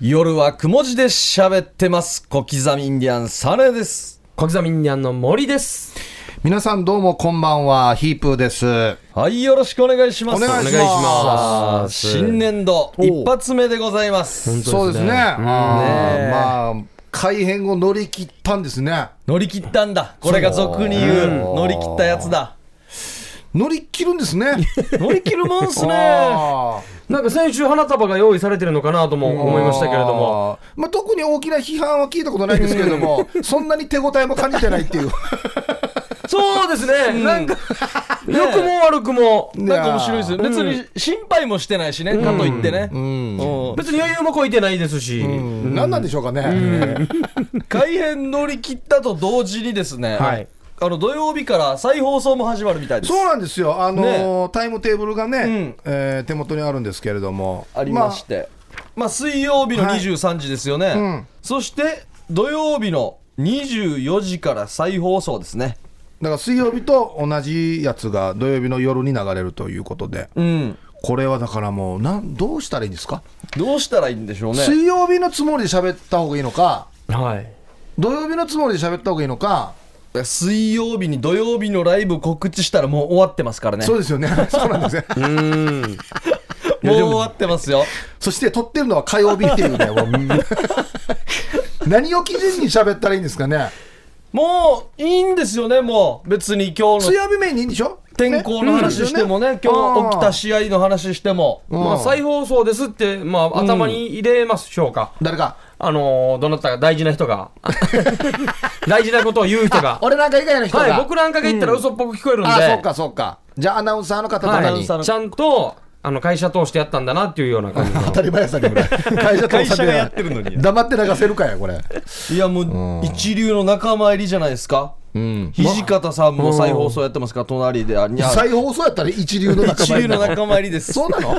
夜はくも字で喋ってます。小刻みインディアンサネです。小刻みインディアンの森です。皆さんどうもこんばんは、ヒープーです。はい、よろしくお願いします。お願いしますさあ新年度お一発目でございます。そうですね。あーねえまあ、改変を乗り切ったんですね。乗り切ったんだ。これが俗に言う乗り切ったやつだ。乗り切るんですね。乗り切るもんっす ね。あーなんか先週花束が用意されてるのかなとも思いましたけれども。。あーまあ、特に大きな批判は聞いたことないんですけれども、そんなに手応えも感じてないっていう。そうです ね。なんか、良くも悪くも。 なんか面白いですよ。別に心配もしてないしね、かといってね。うん。うん別に余裕もこいてないですし。うん何なんでしょうかね。改編乗り切ったと同時にですね、はいあの土曜日から再放送も始まるみたいです。そうなんですよ。あのータイムテーブルがんね、えー手元にあるんですけれども。ありまして、まあ、水曜日のはい23時ですよね、うんそして土曜日の24時から再放送ですねだから水曜日と同じやつが土曜日の夜に流れるということで、うんこれはだからもうなん、どうしたらいいんですか、どうしたらいいんでしょうね水曜日のつもりで喋った方がいいのか、はい。土曜日のつもりで喋った方がいいのか、水曜日に土曜日のライブ告知したらもう終わってますからねそうですよね、 そうなんですね、うん。もう終わってますよそして撮ってるのは火曜日っていうね、もう 何を基準に喋ったらいいんですかね、もういいんですよねもう別に今日水の曜日メインでいいんでしょ天候の話してもね今日起きた試合の話してもうんまあ再放送ですって、まあ頭に入れましょうか。誰か、あのー、どなたか大事な人 が。大事なことを言う人が。俺なんか以外の人が、はい、僕なんかが言ったら嘘っぽく聞こえるんで。あ、そうか、そうか、じゃあアナウンサーの方とかに、アナウンサーのはい、ちゃんとあの会社通してやったんだなっていうような感じの当たり前やさにこれ会社 と会社がやってるのに黙って流せるかやこれいやもう一流の仲間入りじゃないですかうん土方さんも再放送やってますから隣であにゃ再放送やったら一流の仲一間流の仲間入りですそうなの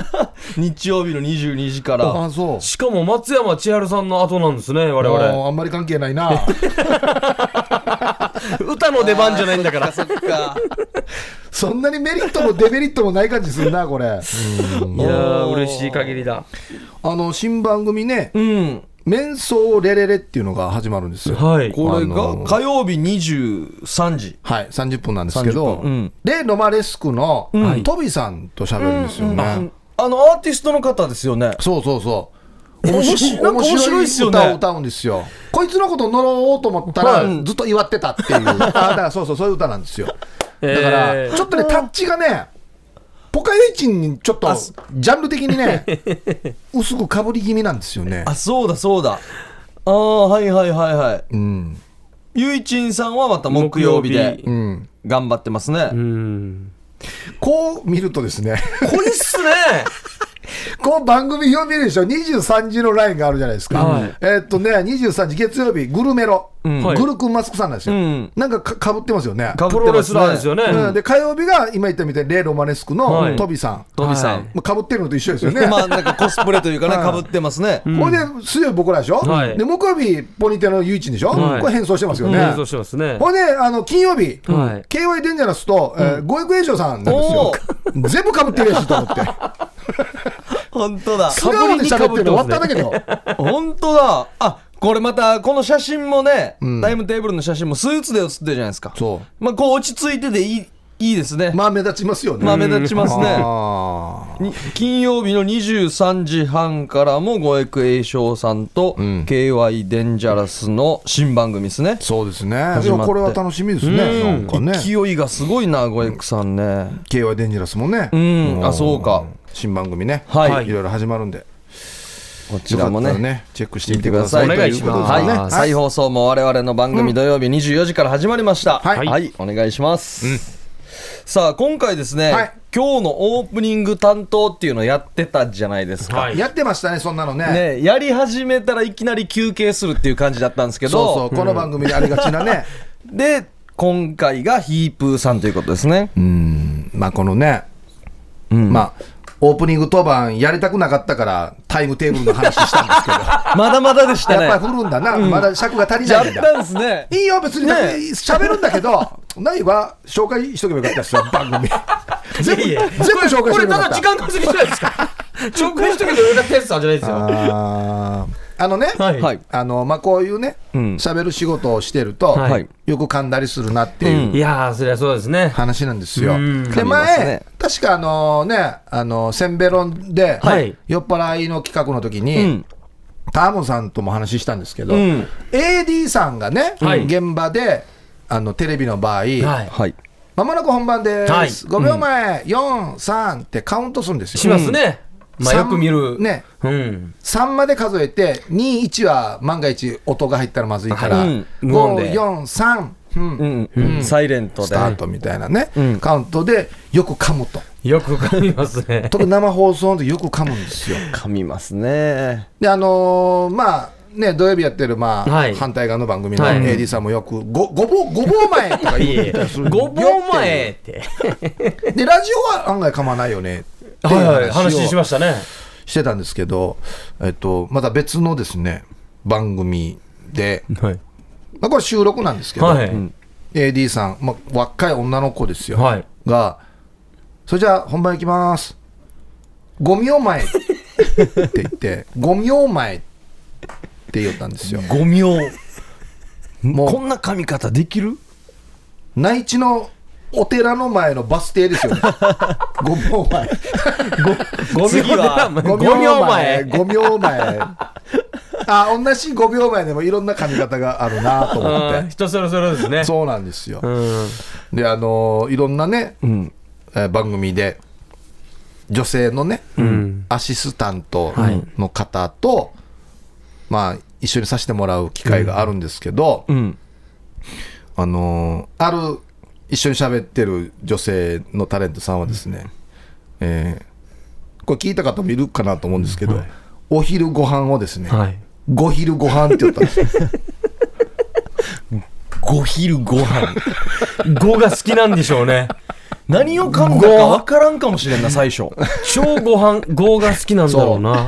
日曜日の22時かあらそうしかも松山千春さんの後なんですね我々あんまり関係ないな歌の出番じゃないんだからそっかそんなにメリットもデメリットもない感じするなこれうんいやー嬉しい限りだあの新番組ねうん「面相レレレ」っていうのが始まるんですよはいこれあのがー火曜日23時はい30分なんですけど30分うんでロマレスクのんトビさんと喋るんですよねあのアーティストの方ですよねそうそうそう面白いなんか面白いっすよね歌を歌うんですよ。こいつのこと呪おうと思ったら、ずっと祝って たっていう。あだからそうそう、そういう歌なんですよ。だから、えーちょっとね、タッチがね、ポカユイチンにちょっと、ジャンル的にね、薄くかぶり気味なんですよねあ。そうだそうだああはいはいはいはいうん。ゆいちんさんはまた木曜日でうん。頑張ってますねうんこう見るとですね、 これっすねこう番組表見るでしょ、23時のラインがあるじゃないですか。はいえーっとね、23時月曜日、グルメロ。んグル君マスクさんなんですよ。うんなんかかかぶってますよね。か プロレスラーですよねうんで火曜日が今言ったみたいにレイ・ロマネスクはのいトビさん、トビさん、はいまあ、かぶってるのと一緒ですよ ね。まあなんかコスプレというか ねかぶってますね、これで水曜日僕らでしょ、はいで木曜日ポニテのユイチンでしょ、はいこれ変装してますよね。演奏してますねほんであの金曜日、はい KY デンジャラスと、えー、ゴエクエイショさんなんですおよ。全部かぶってるやしと思 って。本当だ素顔で喋ってるの終わっただけど。本当だあこれまたこの写真もね、タイムテーブルの写真もスーツで写ってるじゃないですかそまあこう落ち着いてていいいいですね う。まあ目立ちますよね。まあ目立ちますねあーに金曜日の23時半からも五栄栄翔さんと KY デンジャラスの新番組ですね、そうですね。始いまっやてこれは楽しみですね。なんかね。勢いがすごいな五栄さんね KY デンジャラスもね。んもあそうか。新番組ね。はいいろいろ始まるんで。こちよらかもったらねね、チェックして聞いみてくてくだだささいい。お願いしますとはうこといでは再放送も我々の番組土曜日24時から始まりました、はいはい、お願いします、さあ今回ですね、はい今日のオープニング担当っていうのやってたじゃないですか、はいやってましたね、そんなのね。ね、やり始めたらいきなり休憩するっていう感じだったんですけどそうそう、この番組でありがち なね。で今回がヒープーさんということですね、うん、まあこのね、まあ、オープニング当番やりたくなかったから、タイムテーブルの話したんですけど、まだまだでしたねやっぱり振るんだな、まだ尺が足りやなっいんだ。たんですねいいよ、別に、ね喋るんだけど、ないは紹介しとけばよかったですよ、番組。全部、い全やいや部紹介しことけばれよかた っただ時。間稼ぎじゃないですか直面しとけばよかったやつさんじゃないですよあーあのね、はいはい。あのまあ、こういうね、うん喋る仕事をしてると、はいよく噛んだりするなっていういやー、そりゃそうですね。話なんですよ。うんで、噛みます前、ね確かあのね、あのせんべろんで、はい酔っ払いの企画の時に、うん。ターモンさんとも話したんですけど、うん AD さんがね、はい現場であのテレビの場合、はい。はい。まもなく本番です、はい5秒前、4、3ってカウントするんですしよ。ますね。まあ、三よく見る。ねうん。 3まで数えて、2、1は万が一音が入ったらまずいから、はいうん5、無音で4、3、うんうん。うん。サイレントスで。タートみたいなね、うんカウントでよく噛む と。よく噛みますね。特に生放送でよく噛むんですよ。噛みますね。で、あのーまあ、ね、土曜日やってる、まあ、はい反対側の番組のはい AD さんもよく、ご、ごぼう、ごぼう前とか言ったりする。ごぼう前って。 で、ラジオは案外噛まないよね。っていはういはい、話話しをましたね。してたんですけど、えっと、また別のですね、番組で、はい。まあ、これ収録なんですけど、はい。 AD さん、まあ、若い女の子ですよ、はいが、それじゃあ本番行きます。5秒前って言って、5秒前って言ったんですよ。 5秒。もうこんな噛み方できる内地のお寺の前のバス停ですよ、ね、5秒前。 5次は、5 5秒前。 5秒前。あ、同じ5秒前でもいろんな髪型があるなと思うっん、て。人それぞれですね。そうなんですよう。ん。で、あのいろんなね、うん。えー番組で女性のね、んアシスタントの方と、まあ、一緒にさせてもらう機会があるんですけど、うん。あのーある一緒に喋ってる女性のタレントさんはですね、えーこれ聞いた方もいるかなと思うんですけど、お昼ご飯をですね、はい。ご昼ご飯って言ったんですよご昼ご 飯。 5が好きなんでしょうね。何を噛んだかわからんかもしれんな、最初。超ご飯、5が好きなんだろうな。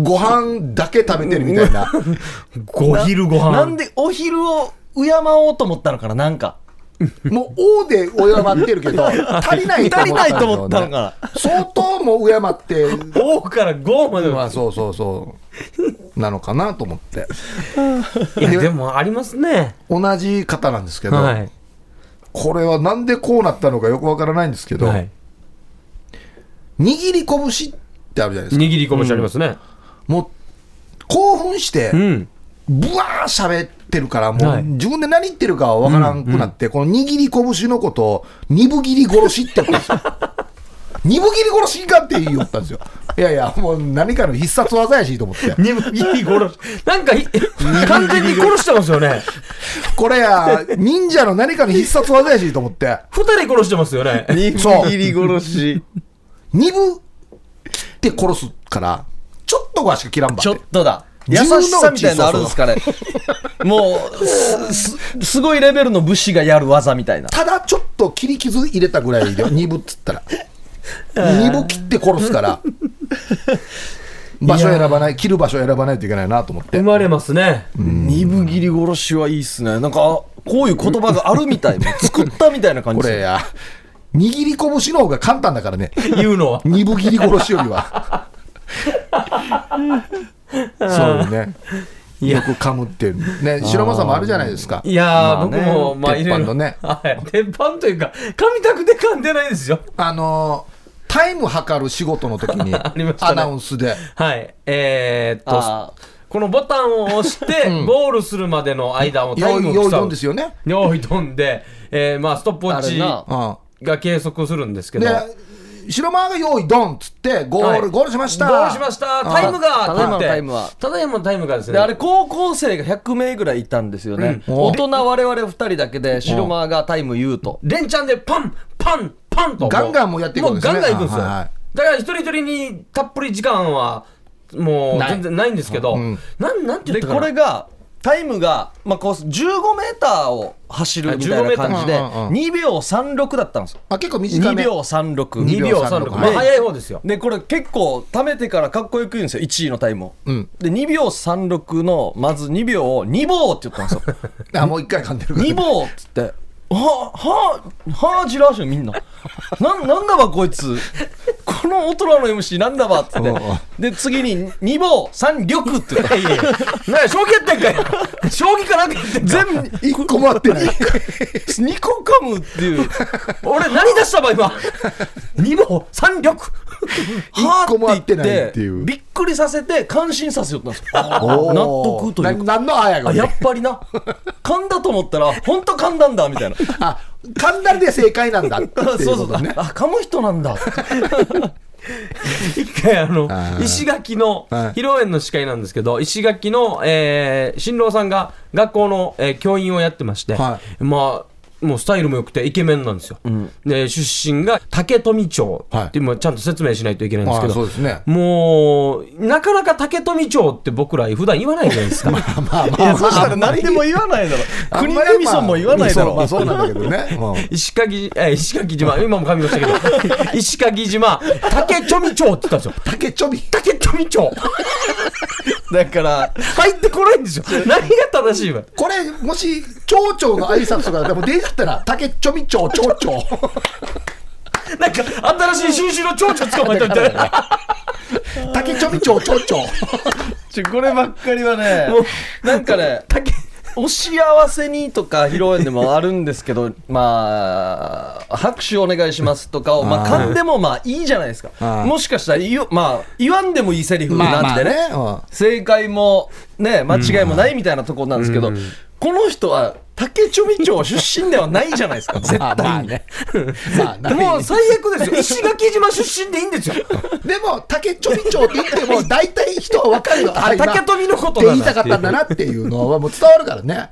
ご飯だけ食べてるみたいな。 ご昼ご飯。なんでお昼を敬おうと思ったのかな、なんか。もう王で敬ってる けど、足りない足りないと思ったのんだよねかな。相当もう敬って、 5から5までまはあそうそうそう、なのかなと思って。いや、でもありますね。同じ方なんですけど、はい。これはなんでこうなったのかよくわからないんですけど、はい。握り拳ってあるじゃないです握か。りこぼしありますね。もう、興奮してう、ん。ぶわー喋ってるから、もはうい自分で何言ってるかわからんくなって、この握り拳のことを、二分切り殺しって言ったん ですよ。二分切り殺しかって言おったんですよ。いやいや、もう何かの必殺技やしと思って。二分切り殺し。なんかひ、完全に殺してますよね。これや、忍者の何かの必殺技やしと思って。二人殺してますよね。そう握り殺し。二分切って殺すから、ちょっとはしか切らんばって。ちょっとだ。優しさみたいなのあるんですかね。もう、す、すすごいレベルの武士がやる技みたいな。ただちょっと切り傷入れたぐら いで2分っつったら2分切って殺 すから場所選ばない切る場所選ばないといけないなと思って生まれますね。二分切り殺しはいいっすね。なんか、あこういう言葉があるみ たい。作ったみたいな感じこすれる。や握り拳の方が簡単だからね言うのは。 2分切り殺しよりは そういうねよく噛むっていうね白間さんもあるじゃないですかいやー、まあね僕も、まあ、鉄い板ろいのろ。ねはい。鉄板というか、噛みたくて噛んでないですよ。あのータイム測る仕事の 時にりましたねアナウンスではい。えー、っと、あこのボタンを押して、ゴールするまでの間をタイ用ム意を用意競どうんですよね用意どんで、えー、まあ、ストップウォッあれなチうんが計測するんですけど、ゴで、白間が用意ドンっつって、ゴール、はいゴールしました。ールしました、タイムがただいまのってタイムはただいまのタイムがですーね、であれ、高校生が100名ぐらいいたんですよね。うん大人我々2人だけで、白間がタイム言うと。連チャンでパン、パン、パンと。ガンガンもうやっていくんですねもうガンガンいくんですよ。あはいはいだから一人一人にたっぷり時間は、もうない全然ないんですけど、んなん、なんて言でったかなこれがタイムが、まあ、こう15メーターを走るみたいな感じであ15メーターうんうんうん2秒36だったんですよあ、結構短2め。秒36 2 2秒秒36。 36まあ、ね早い方ですよ。でこれ結構貯めてからかっこよく言うんですよ1位のタイムを、うんで2秒36のまず2秒を2秒って言ったんですよあ、もう一回噛んでるから。 2秒っつってはあはあはあじらーしょみんななんなんだわこいつここの大人の MC なんだばっつってで次に二棒三玉って言ったな将棋やってんかよ将棋かなんかやってん全部一個も合ってない。 2個噛むっていう俺何出したば今 二歩三力一個も合ってはなあい言っていうびっくりさせて感心させよったんですよ おー納得というかな何のあやがあやっぱりな噛んだと思ったら本当噛んだんだみたいなあ、簡単で正解なんだっていうこと そうね。そうそうあ噛む人なん だ 一回あのあー石垣のはい披露宴の司会なんですけど石垣のえー新郎さんが学校のえー教員をやってましてはまあもうスタイルも良くてイケメンなんですよ、で出身が竹富町はいっていうもうちゃんと説明しないといけないんですけあーど、そうですねもうなかなか竹富町って僕ら普段言わないじゃないですか まあまあいやまそあしたら何でも言わない だろ国が味噌も言わないだろ、まあそうまあそうなんだけどね。石垣、えー石垣島、今も噛みました けど、石垣島、竹ちょみ町って言ったんですよ。竹ちょび。竹ちょみ町だから入ってこないんです よ。何が正しいわ。これ、もし、町長の挨拶とかでも出ちゃったら、竹ちょび町町長。なんか、新しい新種の蝶々捕まえた みたいな。竹ちょび町町長。ちょこればっかりはねもうなんかね竹、お幸せにとか披露宴でもあるんですけど まあ拍手お願いしますとかをまああー噛んでもまあいいじゃないですあかーもしかしたら言うまあ言わんでもいいセリフなんでね,、ま正解もね間違いもないみたいなところなんですけど、この人は竹ちょび町出身ではないじゃないですか絶あまあね。まあないねもう最悪ですよ。 石垣島出身でいいんですよ。でも、竹ちょび町って言っても、大体人は分かるよ。あ、今竹富のこっとてなん言いだたかっっいてたうんだなっていうのはもう伝わるからね。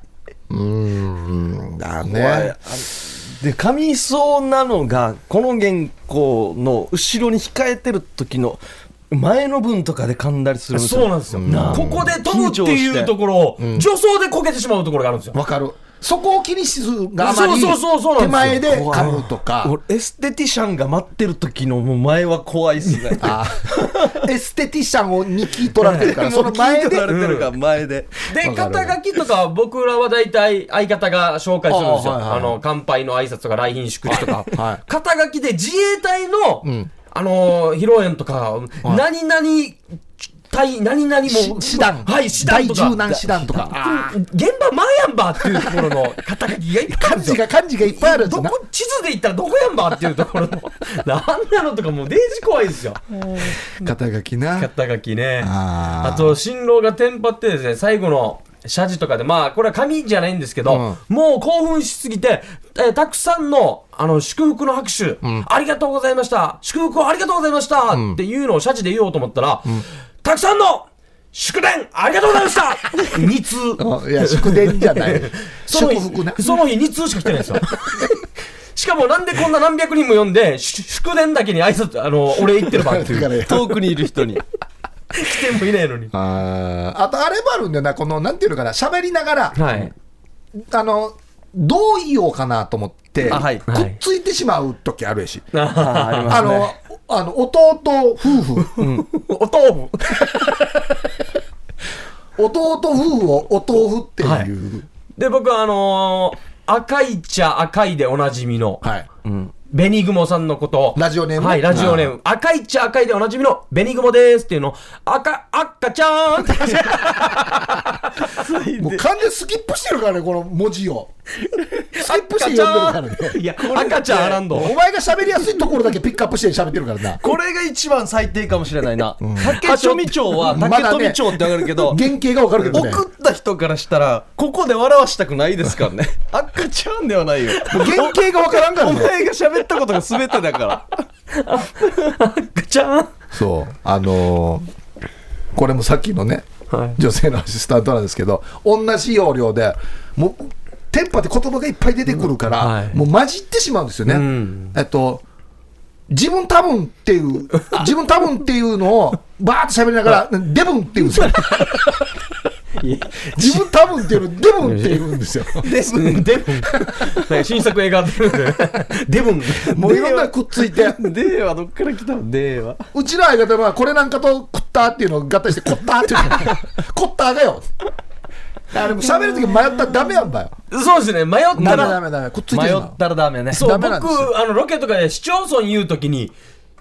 うーん、だね。で噛みそうなのがこの原稿の後ろに控えてる時の前の分とかで噛んだりするんですよそうなんですよ。なあここで飛ぶっていうところを、助走でこけてしまうところがあるんですよ。わかる。そこを気にしするがあまりそうそうそうそうなんですよ手前で噛むとか、俺エステティシャンが待ってる時のもう前は怖いっすね あエステティシャンをに聞い取られて るから、その前聞い取らで。れてるから前で、で、わかる肩書きとか、僕らは大体相方が紹介するんですよ。ああ,、はいはいの、乾杯の挨拶とか、来賓祝辞とか。はい肩書きで自衛隊の、んあのー、披露宴とか、何々、隊、何々も。師団、はい、師団大とか。柔軟師団とか、うん現場前やんばっていうところの肩書きがいっぱいあるん漢です字よ。が漢字がいっぱいあるんどですよなこ地図で言ったらどこやんばっていうところ のなんなのとかもうデージ怖いですよ肩書きな。肩書きねあーあと新郎がテンパってですね最後の謝辞とかでまあこれは紙じゃないんですけど、もう興奮しすぎて、えーたくさんのあの祝福の拍手、ありがとうございました祝福をありがとうございました、っていうのを謝辞で言おうと思ったら、たくさんの祝電ありがとうございました !2 通うんいや、祝電じゃない。 その祝福な日、。その日2通しか来てないんですよ。 しかもなんでこんな何百人も呼んで、し祝電だけに挨拶、あの、俺言ってるば っていだかう。ら遠くにいる人に来てもいないのに。あーあとあれもあるんだよな、この、なんていうのかな、喋りながら、はい。あの、どう言おうかなと思って、あはいくっついてしまう時あるやし。あありま あすの、ねあの、弟夫婦、 お豆腐弟夫婦をお豆腐っていう、で、僕はあのー赤い茶赤いでおなじみの、はい。ベニグモさんのことを。ラジオネームはい、ラジオネーム。赤い茶赤いでおなじみのベニグモですっていうのを、赤、赤ちゃーん って。もう完全にスキップしてるからね、この文字を。スキップして読んでるからね。いや、赤ちゃんアランド。お前が喋りやすいところだけピックアップして喋ってるからな。これが一番最低かもしれないな、竹富町はま竹だ富ね町ってわかるけ ど、原型がわかるけどね。送った人からしたらここで笑わしたくないですからね 赤ちゃんではないよ原型がわからんからおね。前が喋ったことが全てだから赤ちゃん。そう。あのーこれもさっきのね、はい女性のアシスタントなんですけど、同じ要領で、もう、テンパって言葉がいっぱい出てくるから、うんはいもう混じってしまうんですよね。んえっと、自分多分っていう、 自分多分っていうのを、バーって喋りながら、デブンって言うんですよ。自分多分っていうの、デブンって言うんですよ。デブン。デ ブン。なんか新作映画出るん で。デブン。もういろんなくっついて、ではどっから来たのではうちの相方はこれなんかとコッターっていうのを合体して、コッターっていうの。コッターがよ。あれも喋るとき迷ったらダメやんばよ。そうですね、迷っダたメダら。メダメ。くっついて迷るったらダメねそう、ダメなんですよ僕、あの、ロケとかで市町村言うときに、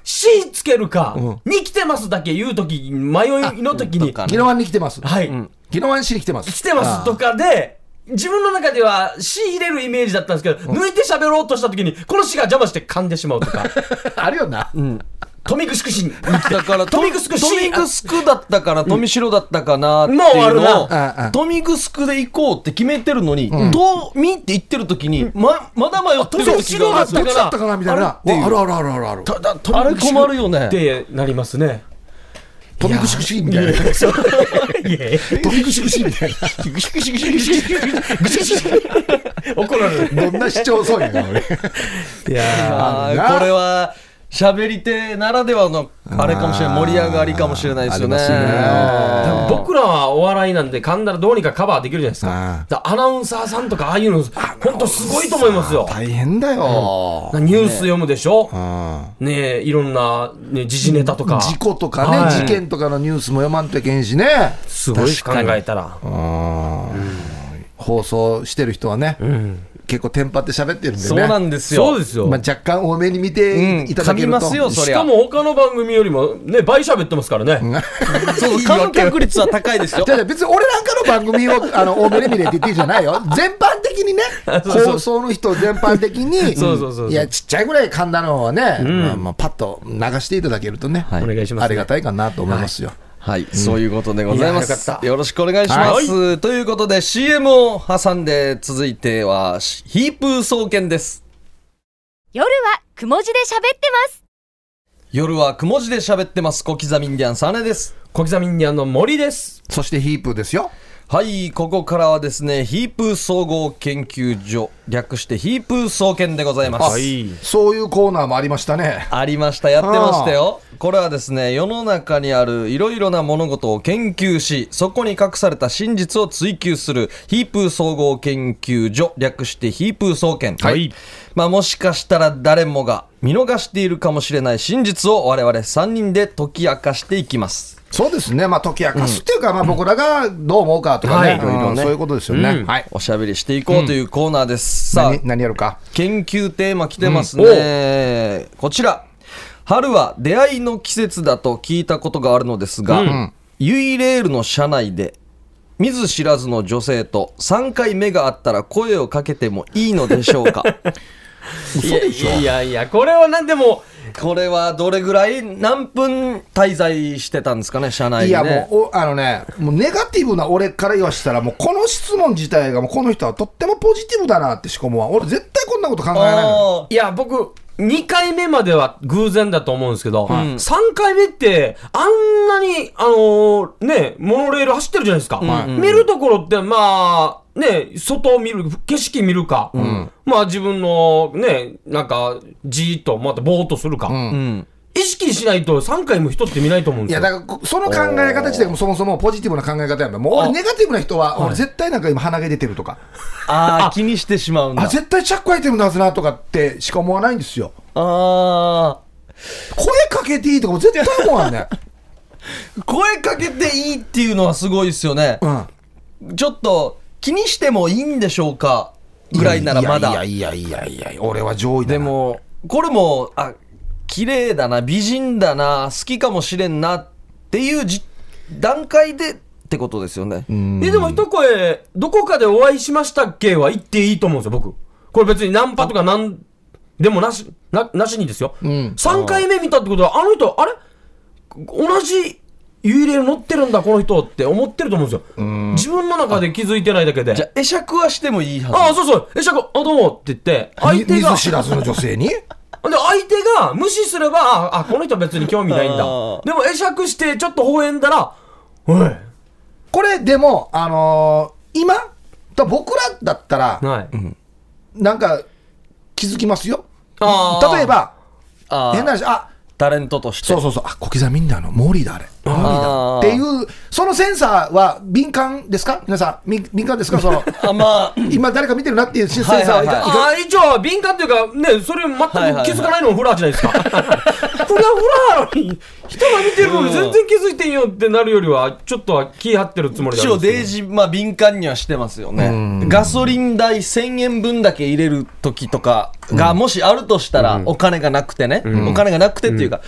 C つけるか、んに来てますだけ言うとき、迷いのときに、とか宜野湾に来てます。はい、宜野湾市に来てます。来てますとかで、自分の中では C 入れるイメージだったんですけど、抜いて喋ろうとしたときに、この C が邪魔して噛んでしまう とか、あー。あるよな。トミグスクシン。だからトミグスクトミグスクだったかな、トミシロだったかなっていもうあうるのをなうんうんトミグスクで行こうって決めてるのに、トミって言ってる時に、ままだ迷ってるそう時があるトどミっちだったかなみたいな。わあるっていうあるあるあるあるある。だだあれ困るよねっ。てなりますね。トミクシクシみたいな。いやいやトミクシクシみたいな。グシグシグシグシグシグシ怒られる。どんな主張そうやな、俺。いやああるーなこれは喋り手ならではのあれかもしれない盛り上がりかもしれないですよねありますー僕らはお笑いなんで、噛んだらどうにかカバーできるじゃないですか。あだからアナウンサーさんとか、ああいうの、本当すごいと思いますよ。大変だよ。ニュース読むでしょうんねえ、いろんな、ね、時事ネタとか。事故とかはね、い事件とかのニュースも読まんといけんしね。すごい考えたら。放送してる人はね、結構テンパって喋ってるんでね。そうなんですよそうですよ。まあ、若干多めに見ていただけるうん噛みまと、すよそしりゃかも他の番組よりも、ね、倍喋ってますからね。そうそう感覚率は高いですよじゃあ別に俺なんかの番組をあの多めに見れって言っていいじゃないよ全般的にねそうそう放送の人全般的にそうそうそうそういやちっちゃいぐらい噛んだのはね、まあまあ、パッと流していただけるとね、いお願いしますねありがたいかなと思いますよ、はい、そういうことでございまいやよかっす。たよろしくお願いします。ということで CM を挟んで続いてはヒープー総研です。夜はくも字で喋ってます。夜はくも字で喋ってます。小刻みインディアンサネです。小刻みインディアンの森です。そしてヒープーですよはい、ここからはですね、ヒープー総合研究所、略してヒープー総研でございます。い。そういうコーナーもありましたねありました、やってましたよ。これはですね、世の中にあるいろいろな物事を研究し、そこに隠された真実を追求する、ヒープー総合研究所、略してヒープー総研。はいまあ、もしかしたら誰もが見逃しているかもしれない真実を我々3人で解き明かしていきます。そうですねまあ解き明かすっていうか、まあ僕らがどう思うかとかね,はういん、ねそういうことですよね、うんはいおしゃべりしていこうというコーナーです。さあ何、何やるか研究テーマ来てますね、こちら春は出会いの季節だと聞いたことがあるのですが、ユイレールの車内で見ず知らずの女性と3回目があったら声をかけてもいいのでしょう かいやいやいや、これはなんでも、これはどれぐらい何分滞在してたんですかね車内いで、やね、もうおあのね、もうネガティブな俺から言わしたら、もうこの質問自体が、もうこの人はとってもポジティブだなってしか思わん、俺、絶対こんなこと考えないのよあーいや、僕、2回目までは偶然だと思うんですけど、3回目って、あんなに、あのーね、モノレール走ってるじゃないですか。見るところって、まあ、ね、外を見る、景色見るか、まあ自分の、ね、なんか、じーっと、またぼーっとするか、うん意識しないと3回も人って見ないと思うんいですやよ。だからこその考え方自体がそもそもポジティブな考え方やんもうあ俺ネガティブな人ははい俺絶対なんか今鼻毛出てるとかあー気にしてしまうんだあ絶対チャック開いてるんだはずなとかってしか思わないんですよあ声かけていいとかも絶対思わんねー声かけていいっていうのはすごいですよね、うんちょっと気にしてもいいんでしょうかぐらいならまだ。いやいやいやいやいや俺は上位だでなも、これも、あ、綺麗だな、美人だな、好きかもしれんなっていうじ段階でってことですよね。えでも一声、どこかでお会いしましたっけは言っていいと思うんですよ、僕。これ別にナンパとかなんでもなし、な、なしにですよ。3回目見たってことは、あの人、あれ同じ幽霊乗ってるんだ、この人って思ってると思うんですよ。自分の中で気づいてないだけで。じゃあ、会釈はしてもいいはず。ああ、そうそう、え、しゃこ、あ、どうもって言って、相み手見が、ず知らずの女性に で、相手が無視すれば、あ、あこの人別に興味ないんだ。あーでも、会釈して、ちょっと微笑んだら、おい、これでもあのー今だ僕らだったらはい。なんか気づきますよ。あー例えば、あー変な話、あタレントとして。そうそうそう、あ小刻みんだの、モーリーだ、あれ。あっていう、そのセンサーは敏感ですか皆さん、み敏感ですか そのあまあ今、誰か見てるなっていうセンサーははいいはかいはいがああ、一応、敏感というか、ね、それ全く気づかないのもフラーじゃないですか。フラフラなのに、人が見てるのに全然気づいてんよってなるよりは、ちょっとは気張ってるつもりだ一応デイジー、まあ、敏感にはしてますよねガソリン代1000円分だけ入れる時とかがもしあるとしたら、お金がなくてね、お金がなくてっていうか、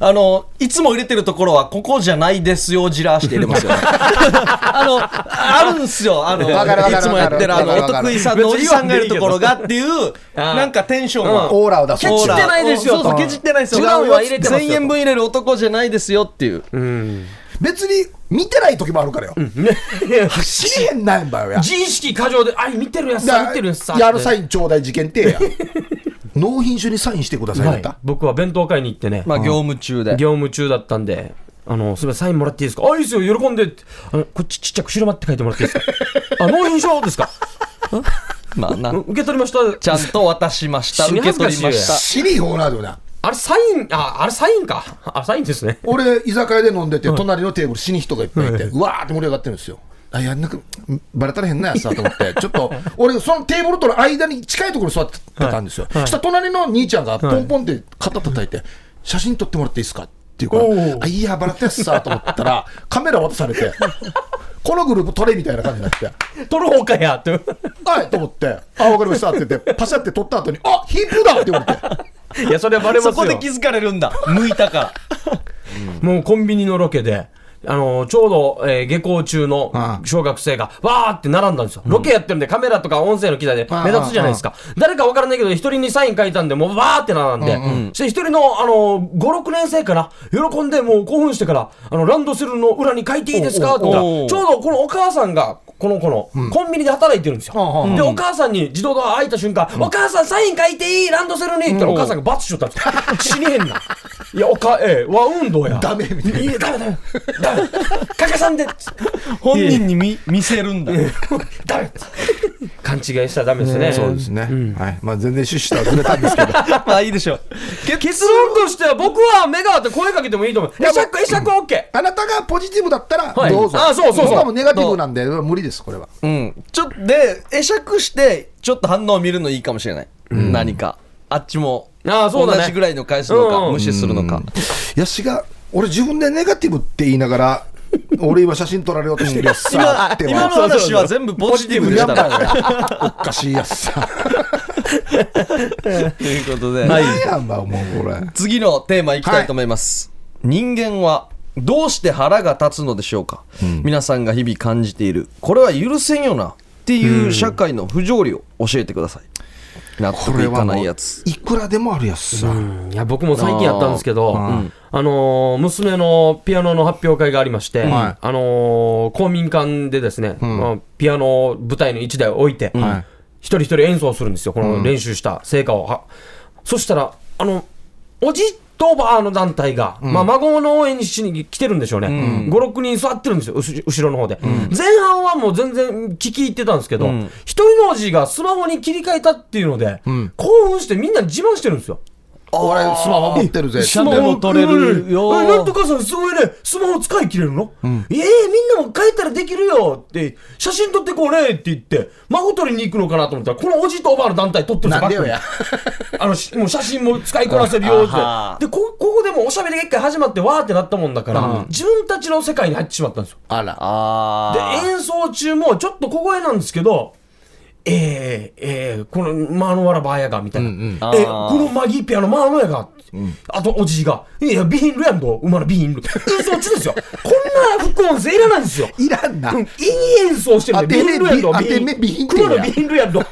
あのいつも入れてるところはここじゃないですよじらーして入れますよねあのあるんすよあのわかるわかるわかるいつもやってるあのおわかるわか得る意さんのおじさんがいるところがっていうなんかテンションは、オーラを出す。ケチってないですよそうとそうケチってないですよ違うよ入れてますよ1000円分入れる男じゃないですよっていう別に見てない時もあるからよ。知りへんないんばよや。自意識過剰で、あ、見てるやつさ、見てるやつさ。やるサってインちょうだい事 件ってや。納品書にサインしてくださいだはっいた。僕は弁当会に行ってね、まあ業務中で業務中だったんで、あの、すみません、サインもらっていいですかあ、いいですよ、喜んでって。あのこっちちっちゃく白間って書いてもらっていいですかあ、納品書ですかまあなうん受け取りました。ちゃんと渡しました。死受にけ恥ず取かりしいわましシリーーラーだよな。あれサイン、あ、あれサインか。あ、サインですね。俺、居酒屋で飲んでて、隣のテーブル、死に人がいっぱいいて、うわーって盛り上がってるんですよ。あいやなんかバレたら変なやつだと 思って、ちょっと俺、そのテーブルとの間に近いところに座ってたんですよ、そしたら隣の兄ちゃんがポンポンって肩叩いて、写真撮ってもらっていいですかっていうかおら、うあいや、バレたやつさと思ったら、カメラ渡されて、このグループ撮れみたいな感じになって、取る方かや、って。はいと思って、あ、わかりましたって言って、パシャって撮った後に、あヒップだって言われて。いや、それはバレた。ますそよ。こで気づかれる んだ。向いたから。もうコンビニのロケで、あのちょうど、えー下校中のああ小学生が、わーって並んだんですよ、ロケやってるんで、カメラとか音声の機材でああ目立つじゃないですか、誰かわからないけど、一人にサイン書いたんで、もうわーって並んで、そして一人の、あのー、5、6年生かな、喜んで、もう興奮してから、あのランドセルの裏に書いていいですかとか、ちおょううどこのお母さんが、この子の、コンビニで働いてるんですああよ、で、お母さんに自動ドア開いた瞬間、お母さん、サイン書いていい、ランドセルにって言ったら、お母さんがバツしよったんですよ、死にへんな。 いや、おか、ええ、和運動や。ダメみたいないや、ダメダメ。ダメ。かけさんで。本人に見見せるんだ。ダメ。勘違いしたらダメですね。そうですね、はいまあ、全然趣旨とはずれたんですけど、まあいいでしょう。結論としては僕は目があって声かけてもいいと思う。会釈、会釈 OK。 あなたがポジティブだったらはいどうぞ、あそうそうそう僕はもうネガティブなんで無理ですこれはうん。ちょっと、で、会釈して、ちょっと反応を見るのいいかもしれない。何か。あっちも。ああそうだね同じぐらいの返すのうんうか、ん無視するのか。ヤシが俺自分でネガティブって言いながら俺今写真撮られようとしてるやつさって今のは話は全部 ポジティブでやしったぱな。りおかしいやつさということで。何やんばもうこれ次のテーマいきたいと思います、人間はどうして腹が立つのでしょうか、皆さんが日々感じているこれは許せんよなっていう社会の不条理を教えてください、納こ得れいかはなもいうやついくらでもあるやつさ、いや、僕も最近やったんですけど、あのー、娘のピアノの発表会がありまして、はあのー、公民館でですね、まあピアノを舞台の1台置いて、はい一人一人演奏するんですよ、この練習した成果を。はそしたら、あの、おじとおばあの団体が、まあ、孫の応援しに来てるんでしょうね、5、6人座ってるんですよ、うし後ろの方で、前半はもう全然聞き入ってたんですけど、一、人のおじがスマホに切り替えたっていうので、興奮してみんなに自慢してるんですよ。俺スマホ持ってるぜスマホも取れるようんなんとかさん、すごいね、スマホ使い切れるの、ええみんなも帰ったらできるよって、写真撮ってこうねって言って、孫取りに行くのかなと思ったら、このおじいとおばあの団体撮ってるなんでよバックにやあの、しもう 写真も使いこなせるよあはって。で、こ、ここでもうおしゃべりが一回始まって、わーってなったもんだから、自分たちの世界に入ってしまったんですよ。あらであ、演奏中も、ちょっと小声なんですけど、えー、えー、この、マーノワラバーやが、みたいな。あーえ、このマギーピアノ、マーノやが。あと、おじいが、いや、ビーンルやんど、馬のビーンル。演奏中ですよ。 こんな副音声いらないんですよ。いらんな、うん、いい演奏してるんで、当ビーてンル目やんど、ビ当て目ビーンって熊やのビーンルや んど。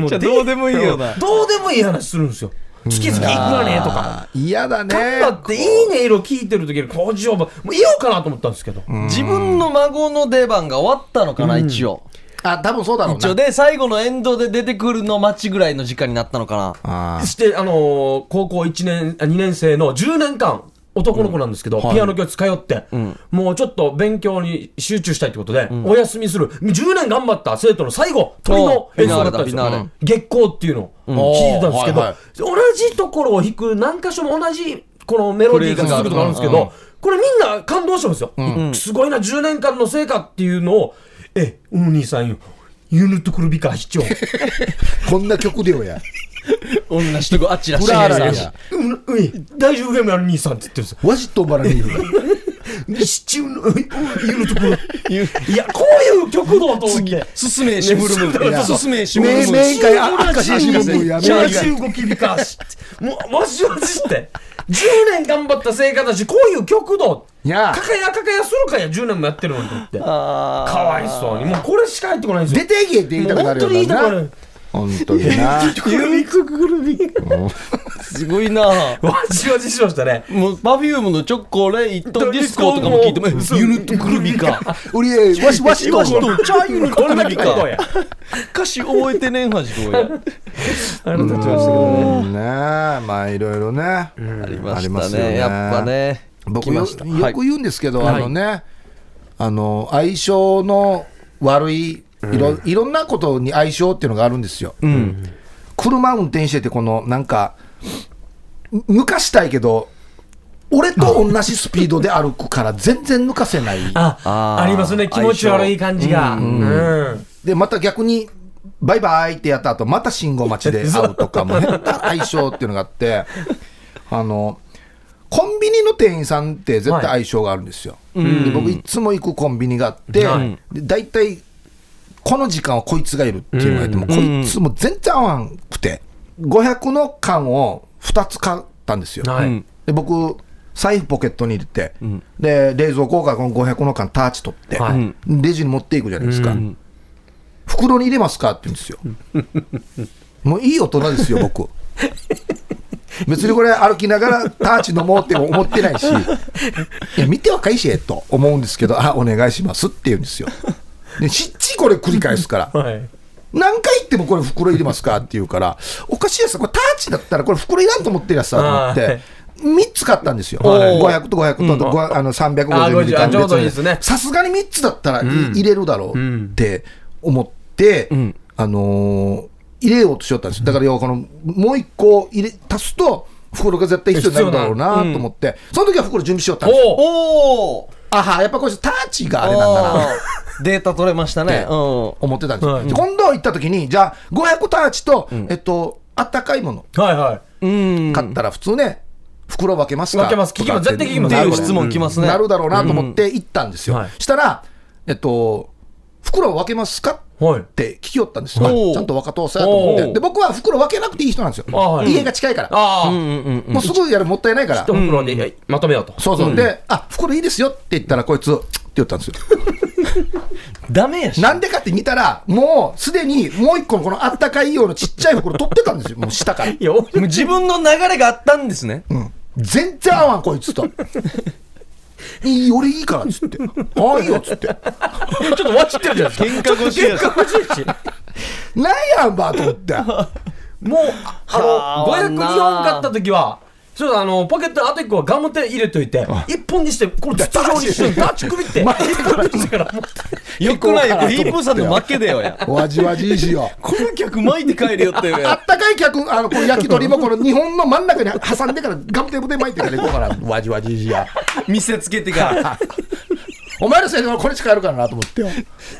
もじゃあどうでもいいよな どうでもいい話するんですよ。月々いくらねとか。嫌だねだって、いいね色聞いてる時に、工場も、もういようかなと思ったんですけど。自分の孫の出番が終わったのかな、一応あ多分そうだろう一応なで最後のエンドで出てくるの待ちぐらいの時間になったのかなあして、あのー高校1年、あ2年生の10年間、男の子なんですけど、ピアノ教室通って、もうちょっと勉強に集中したいってことで、お休みする、10年頑張った生徒の最後、鳥の演奏だったんでフィすナーレだフィナーレよ。月光っていうのを聞いてたんですけど、はいはい同じところを弾く、何箇所も同じこのメロディーが続くとかあるんですけど、これみんな感動してますよ、すごいな10年間の成果っていうのをえウムニーさんよユヌトゥクルビカ市長こんな曲量や。女しとこあっちらしいフラーラさや。うんうん大丈夫やめある兄さんって言ってるんですよわしとばらにいるから。シチューのうんユヌトゥクルいやこういう曲だと思って進めしぶるむね進めしぶるめむ面会あ赤ししシむやめなさい。ャーキビカシもうわしわしって10年頑張った成果だしこういう曲だいやかかやかかやするかや10年もやってるのにと思ってかわいそうにもうこれしか入ってこないんですよ 出てけって言いたくな本る当によ言いたくなな。る本当 にな。指くくるびすごいなわしわししましたねもうパフュームのチョコレートディスコとかも聞いてもそうユニットくるびか 俺えわしわしわ わししとと。チャーユニットこくれるだけび聞こうかや歌詞覚えてねんはじこやあなたたちねまあいろいろね。あありましたねやっぱ。ね僕来よまよしたはいく言うんですけど、あのね、あの相性の悪いいろいろんなことに相性っていうのがあるんですよ。車運転しててこのなんかぬ抜かしたいけど。俺と同じスピードで歩くから全然抜か せない。ああーありますね気持ち悪い感じがうんで、また逆に、バイバイってやった後、また信号待ち で会うとか、もう変な相性っていうのがあ って、あの、コンビニの店員さんって絶対相性があるんですよ。で僕、いつも行くコンビニがあって、はいで大体、この時間はこいつがいるっていうのがいて、もうこいつもう全然合わんくて、500の缶を2つ買ったんですよ。はいで僕財布ポケットに入れて、で冷蔵庫からこの500の間タッチ取って、はいレジに持っていくじゃないですか、袋に入れますかって言うんですよ もういい大人ですよ僕別にこれ歩きながらタッチ飲もうって思って ないしいや見て若いしえと思うんですけどあお願いしますって言うんですよでしっちりこれ繰り返すからはい何回言ってもこれ袋入れますかって言うから、おかしいやつ、これタッチだったらこれ袋いらんと思ってるやつだと思っはてい。 3つ買ったんですよ。はい500と500と、あとごあのあ350 50ミリ缶ちょうどいいで別すねにさすがに3つだったらい入れるだろうって思って、あのー入れようとしよったんですよ。だから要はこの、もう1個入れ、足すと、袋が絶対必要になるだろうなと思って、その時は袋準備しよったんですよ。おおおおあは、やっぱこれタッチがあれなんだな。データ取れましたねってうん思ってたんですよ、はいで今度行った時にじゃあ500ターチと、えっとあったかいものはいはいうん買ったら普通ね、袋分けますか分けます聞きますとか絶って対聞きますなるっていう質問来ますねなるだろうなと思って行ったんですよ、はいしたらえっと袋分けますかはいって聞きよったんですよ、はいちゃんと若とうさやと思っおてうで僕は袋分けなくていい人なんですよ、あはい家が近いから、ああもうすぐやるもったいないから一袋でまとめようとそうそう、であ袋いいですよって言ったらこいつって言ったんですよダメやしなんでかって見たら、もうすでにもう一個のこのあったかい用のちっちゃい袋取ってた んですよ、もう下から。いやおもう自分の流れがあったんですねうん全然合わん、こいつと。いい俺いいからっつって、ああ、いいよっつって、ちょっとわちってるじゃないですか。喧嘩腰や喧嘩欲しいし。なんやんばと思って、もう、あはあの、500、なあ2本買った時は、ちょっとあの、ポケットあと1個はガムテ入れといて、1本にして、これ筒状にして、ダッチ首 って、1本にしてから持って、よくないよこれヒープーさんの負けだよやわじわじいいしよ。この客巻いて帰れよってよあやったかい客、あのこの焼き鳥もこの日本の真ん中に挟んでから、ガムテープで巻いてから行こうから、わじわじいいしや。見せつけてからお前のせいで俺これしかやるからなと思ってよ。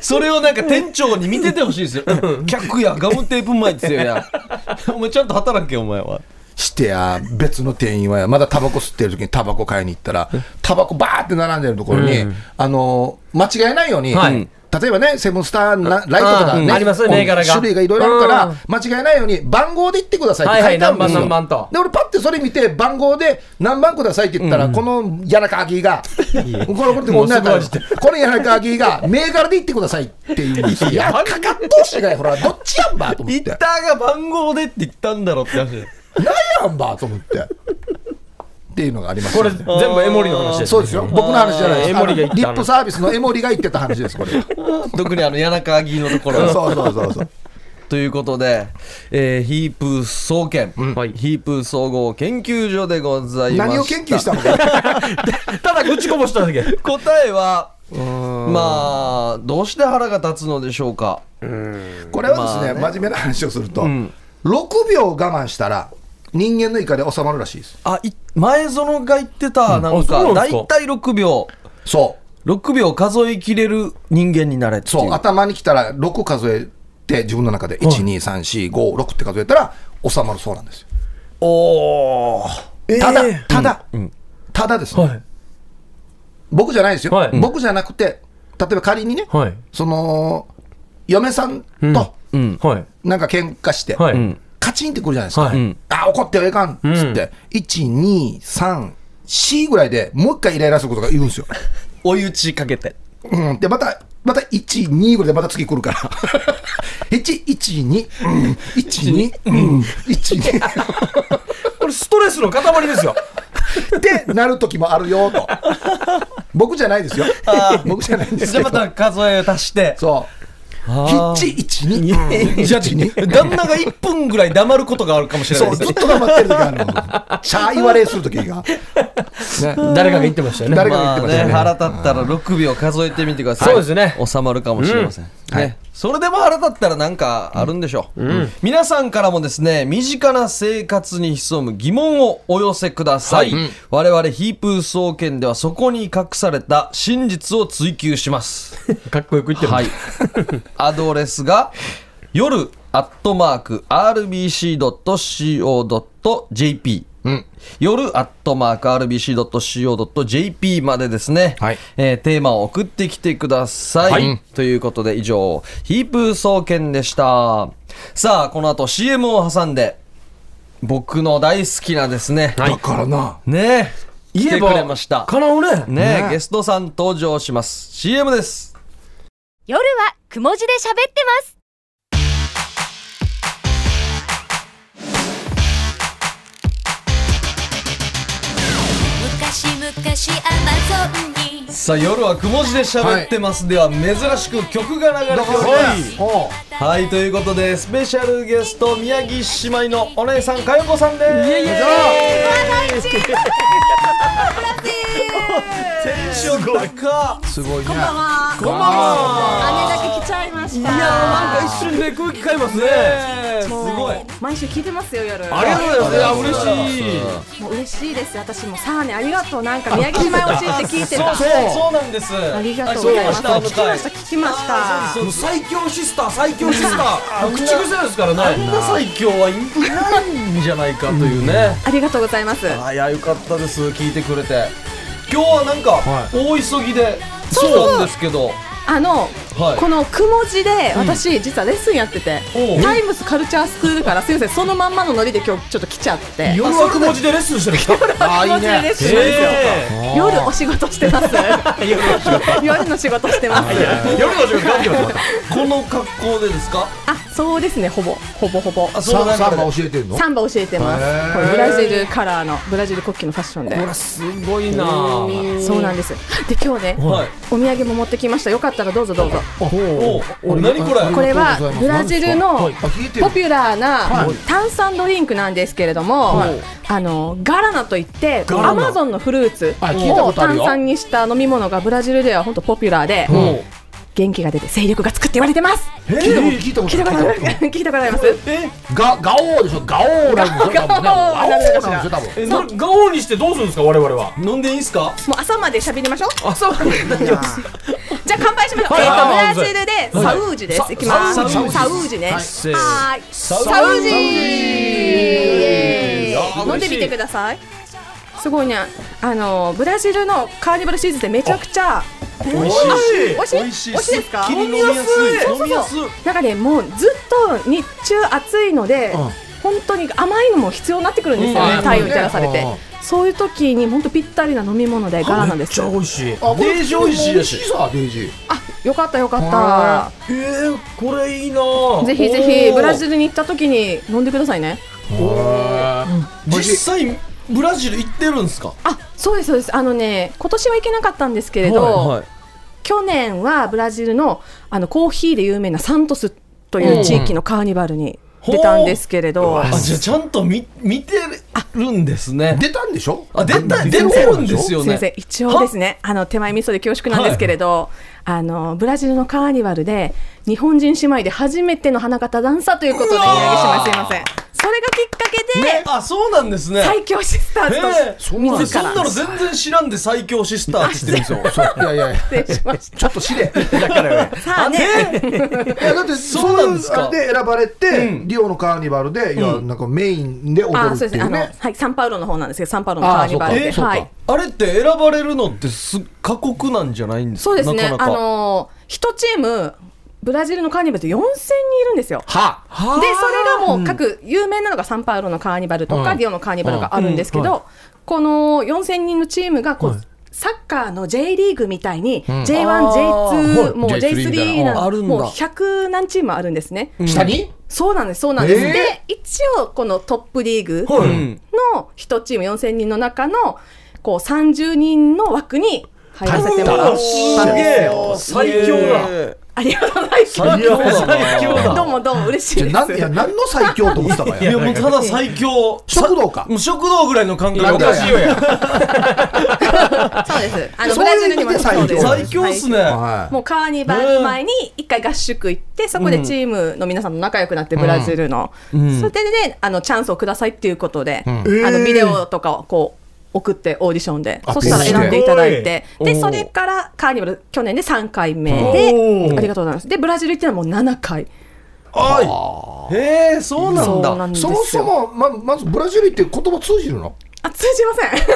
それをなんか店長に見ててほしいですよ客やガムテープ巻いてよやお前ちゃんと働けお前はしてや別の店員はやまだタバコ吸ってる時にタバコ買いに行ったらタバコバーって並んでるところに、あの間違えないように、はい例えばねセブンスターなライトとかね、うんありますよこう銘柄が種類がいろいろあるから、うん間違えないように番号で言ってくださいって書いてあるんですよ、はいはい何番何番とで俺パッてそれ見て番号で何番くださいって言ったら、この谷中昭がこのこれで女やからもうすごいこの谷中昭が銘柄で言ってくださいって言うんですよいやかかっとうしがいほらどっちやんばと思ビっッてターが番号でって言ったんだろって話何やんばと思ってっていうのがありますこれよね 全部エモリの話です。そうですよ。僕の話じゃないあーです。江守が言ったあのリップサービスのエモリが言ってた話です、これ。そう特にあの谷中アギのところそうそうそう。ということで、えーヒープー総研、はいヒープー総合研究所でございます何を研究したのか。ただ、愚痴こぼしただけ。答えはまあどうして腹が立つのでしょうかこれはですね、真面目な話をすると、6秒我慢したら、人間の怒りは収まるらしいですあい前園が言ってたなんあそかうなんで大すか体6秒そう6秒数え切れる人間になれっていうそう頭にきたら6数えて自分の中で12345って数えたら収まるそうなんですよおお。ただ、えただ、ただですーね、はい。僕じゃないですよ、はい僕じゃなくて例えば仮にね、はい。その嫁さんとうんはい。なんか喧嘩して、はい。んカチンってくるじゃないですか、はいうんあ怒ってはいかんっつって、1234ぐらいでもう一回イライラすることが言うんですよ、追い打ちかけてうん、でまたまた12ぐらいでまた次来るから 112うん12うん12これストレスの塊ですよ。ってなる時もあるよと僕じゃないですよ僕じゃないんですじけゃあどまた数えを足してそうあー112じゃ12旦那が1分ぐらい黙ることがあるかもしれないそうですずっねと頑張ってる時があるのちゃあ言われする時が、ね、誰かが言ってましたよね。誰かまがあ言ってましたねね腹立ったら6秒数えてみてくださいそうですね収まるかもしれませんんはねいそれでも腹立ったらなんかあるんでしょう皆さんからもですね身近な生活に潜む疑問をお寄せください我々ヒープー総研ではそこに隠された真実を追求しますかっこよく言ってる。はい。アドレスが、夜、アットマーク、rbc.co.jp。ん夜、アットマーク、rbc.co.jp までですね、はいえーテーマを送ってきてください。はいということで、以上、ヒープー総研でした。さあ、この後 CM を挟んで、僕の大好きなですね、だからなねえ、来てくれました。叶うね。ねえねゲストさん登場します。CM です。夜はくも字で喋ってます昔昔アマゾンにさあ夜はくも字で喋ってます、では珍しく曲が流れておりますおうはいということでスペシャルゲスト宮城姉妹のお姉さんかよこさんですイエイテンション高すごいねこんばんは姉だけ来ちゃいました。いやーなんか一瞬で空気変えますね。ねえすごい毎週聞いてますよ夜。ありがとうございます。いや嬉しい。もう嬉しいです。私もさあねありがとうなんか宮城姉妹教えて聞いてた。そうなんですありがとうございます。あ聞聞ききままししたた聞きました。もう最強シスター最強シスター口癖ですからあんねな最強はいないんじゃないかというねありがとうございます。あいやよかったです聞いてくれて今日はなんか大急ぎでそうなんですけどあの、はいこのくも字で私、実はレッスンやってておうタイムスカルチャースクールからすいませんそのまんまのノリで今日ちょっと来ちゃって。夜枠文字でレッスンしてる人ああいいくも字でレねッスンなんですよえ夜お仕事してます。夜の仕事してます。ー夜の時間帰ってますこの格好でですかあ、そうですね。ほぼほぼほぼ。あそサのンサ中ンでバ教えてるのサンバ教えてますへーこれブラジルカラーのブラジル国旗のファッションでこれすごいなぁそうなんですで今日ね、はいお土産も持ってきましたよかったらどうぞどうぞおお何こあれこれはありがとうござブいラますジルのあ冷えてるポピュラーなはい炭酸ドリンクなんですけれども、あのガラナといってアマゾンのフルーツあ聞いたをことある炭よ酸にした飲み物がブラジルでは本当ポピュラーで、元気が出て精力がつくって言われてます聞いたこと聞いたこと聞いたことある聞いたことありますガガオーでしょガオーなんですよ多分ねガオガオーーなんですよ多分えなガオにしてどうするんですか我々は飲んでいいんすかもう朝まで喋りましょう朝 まで何をすじゃあ乾杯しましょう。はいえっとブはいラジルでサウージです。いきます。ササウウージージね。はせーーい。サウージ。イエーイ飲んでみてください。すごいね。あのブラジルのカーニバルシーズンってめちゃくちゃ美味しい美味しい。美美味味ししいいですか？飲みやすいそうそうそう飲みやすいなんかねもうずっと日中暑いので。本当に甘いのも必要になってくるんですよね、うん太陽に照らされてうん、そういう時に本当ぴったりな飲み物でガラなんですよ。美味しいあこれデージ美味しいやし美味さデージあ、よかったよかった。えーこれいいなぁぜひぜひブラジルに行った時に飲んでくださいね。実際ブラジル行ってるんすかあ、そうですそうです。あのね、今年は行けなかったんですけれど、去年はブラジルのあのコーヒーで有名なサントスという地域のカーニバルに出たんですけれど、あじゃあちゃんと見見てるんですね出たんでしょあ出た出てるんですよすみまねせん一応ですねあの手前味噌で恐縮なんですけれど、あのブラジルのカーニバルで日本人姉妹で初めての花形ダンサーということで宮城姉妹すいませんそれがきっかけであそうなんですね最強シスターズええとそうなんですそ自んらなの全然知らんで最強シスターって言ってるんですよいやいやいや失礼しました。ちょっと知れだからねさあね、いやだっそてうそうななんんでですすかかで選ばれて、うんリオのカーニバルで、いやなんかメインで踊るあ、っそてういですね。あうの、ねはい、サンパウロの方なんですけど、サンパウロのカーニバルあで、そうかはえい。あれって選ばれるのってす過酷なんじゃないんですかそうですね。なかなかあのー一チームブラジルのカーニバルって4000人いるんですよ。はあでそれがもう各有名なのがサンパウロのカーニバルとか、うんリオのカーニバルがあるんですけど、この4000人のチームがこう、サッカーの J リーグみたいに、J1、あ J2、ーもう J3 J3 あなるんだもう100何チームあるんですね。下に、そうなんです、そうなんです。えーで、一応このトップリーグはいの1チーム4000人の中のこう30人の枠に入らせてもらうう。んたすんげですえよ最強だありがとうございます。最強だな最強だどうもどうも嬉しいじゃであなす。んいや何の最強と思ってたかいややもうただ最強食堂かもう食堂ぐらいの感覚なんおだよかしいよやそうです。あのブそうラいジうルにも意味でそうです。最強っすね、はもうカーニバル前に一回合宿行って、そこでチームの皆さんと仲良くなって、ブラジルの、それでね、あのチャンスをくださいっていうことで、あのビデオとかをこう。送ってオーディションであそしたらすごい選んでいただいておーでそれからカーニバル去年で3回目でおーありがとうございますでブラジル行ってのはもう7回おいへえそうなんそうだなんい、ですそよもそもままずブラジルって言葉通じるのあ通じません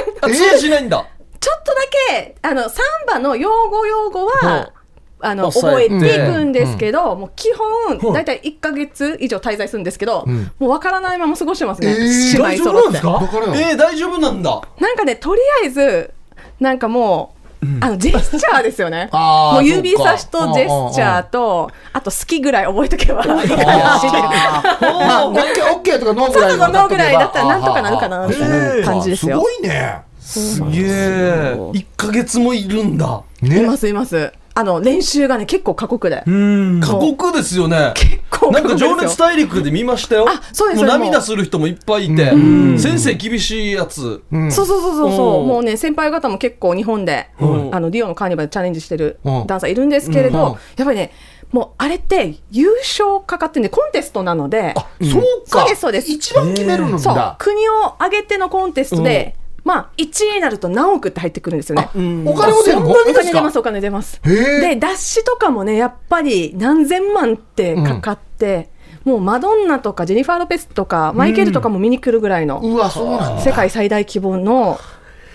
あ通じないんだちょっとだけあのサンバの用語用語は、あの抑覚ええてていくんですけど、もう基本大体1か月以上滞在するんですけど、もう分からないまま過ごしてますね、え姉妹揃ってだからえー、大丈夫なんだなんかねとりあえずなんかもう、あのジェスチャーですよねあーもう指そうか差しとジェスチャーとあと好きぐらい覚えとけばいいかなみたいなあーまあオッケーオッケーとかノーちぐらょいっとのぐらいだったらなんとかなるかあなーみたいな感じですよ、すごいねすげえ1か月もいるんだいますいますあの練習がね結構過酷で、過酷ですよね結構なんか過酷です情よ熱大陸で見ましたよあそうですもうそれも涙する人もいっぱいいて先生厳しいやつそうそうそうそうそううんもうね先輩方も結構日本で、あのリオのカーニバルでチャレンジしてるうんダンサーいるんですけれど、うんうんやっぱりねもうあれって優勝かかってんでコンテストなのでそうかそうですそうです一番決めるんそうだ国を挙げてのコンテストで、まあ1位になると何億って入ってくるんですよね。お金も出るのお金出ますお金出ます。へーで雑誌とかもねやっぱり何千万ってかかって、もうマドンナとかジェニファー・ロペスとかマイケルとかも見に来るぐらいの。うわそうなんだ世界最大規模の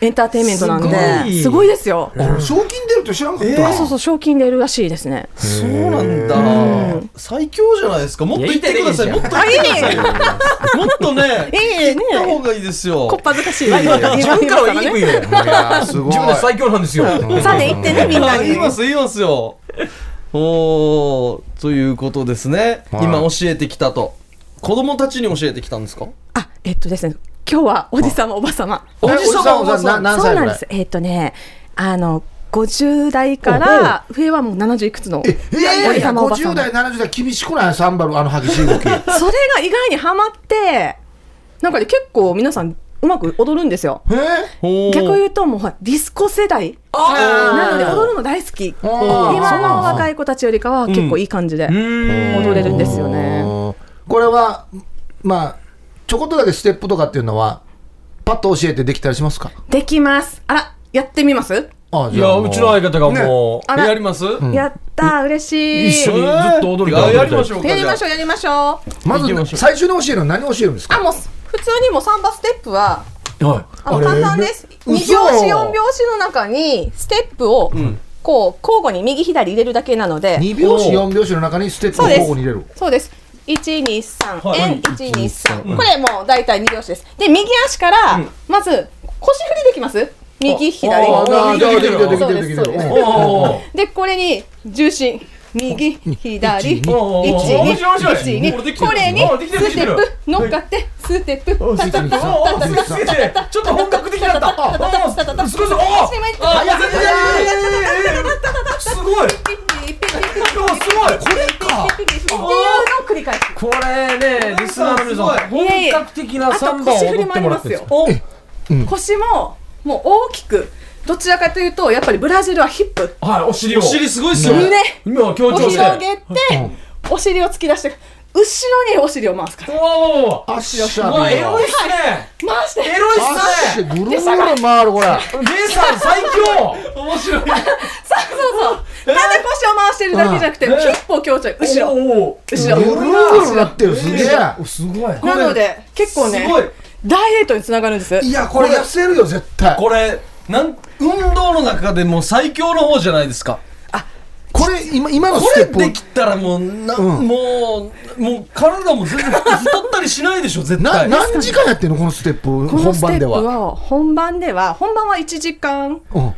エンターテインメントなんすでごすいごいですよ、あ賞金出るって知らんかったそうそう賞金出るらしいですねそうなんだ最強じゃないですかもっと言ってくださいもっと言っあいていくださいよもっとねいいね言った方がいいですよこっぱずかしい自自分から言いにくいよいやーすごい自分たち最強なんですよ さあね言ってねみんなあに言います言いますよおーということですねはい今教えてきたと子供たちに教えてきたんですかあえっとですね今日はおじさまおばさまおじさまおおじさまばさん何そう歳ぐなんらでいすえっとねあの50代から上はもう70いくつのおえいやいやいじやさまおばさ50ま代70代厳しくないサンバルあの激しい動 きそれが意外にはまってなんかね結構皆さんうまく踊るんですよえおー逆を言うともうほらディスコ世代あーなので踊るの大好き今ーの若い子たちよりかは結構いい感じで踊れるんですよねこれはまあちょこっとだけステップとかっていうのはパッと教えてできたりしますかできますあらやってみますあいやうちの相方がもあらやりますやったー嬉しい一緒にずっと踊りあからやりましょうかやりましじょゃうやりましょうまず行きましょう最初に教えるの何を教えるんですあかもう普通にもうサンバステップはうはいあの簡単です嘘2拍子4拍子の中にステップをこう交互に右左入れるだけなので2拍子4拍子の中にステップをそうで交互に入れるす。そうです。一二三はい円一二三。これもう大体二拍子です。で右足からまず腰振りできます。右左。ああで右きてる左できてるそうできてるですそうでできてるす。おーでこれに重心右左一おお二面白い面白い一二俺できてるこれにあできてるできスてテるップ乗っかってステップおータタタおーすげえすげえすげえちょっと本格的だったおーすごいすごいおーあいやいやいやいやいやいやすごいこれかっていうのを繰り返す。これねリスナーの皆さんいえ本いえ格的なあとサンバを腰振踊りっもてあもりらまってするんですよよお腰ももう大きくどちらかというとやっぱりブラジルはヒップはいお尻をお尻すごいっすよ胸ね今は強を調し広てげてお尻を突き出して後ろにお尻を回すからおおあっしゃうわエロいっすね回してエロいあっっすしゃねぐるぐる回るこれゲイさん最強面白いそうそうそうただ腰を回してるだけじゃなくてうんヒップを強調後ろろ後ぐるろぐるなってるすげえすごいなので結構ねすごいダイエットにつながるんですいやこれ痩せるよ絶対これなん運動の中でも最強の方じゃないですかこれ今今のこスれテップできたらもうな、うんもうもう体も全然太ったりしないでしょ絶な対何時間やってんのこのステップこの本ステ番ッでプはは本番では本番は1時間うん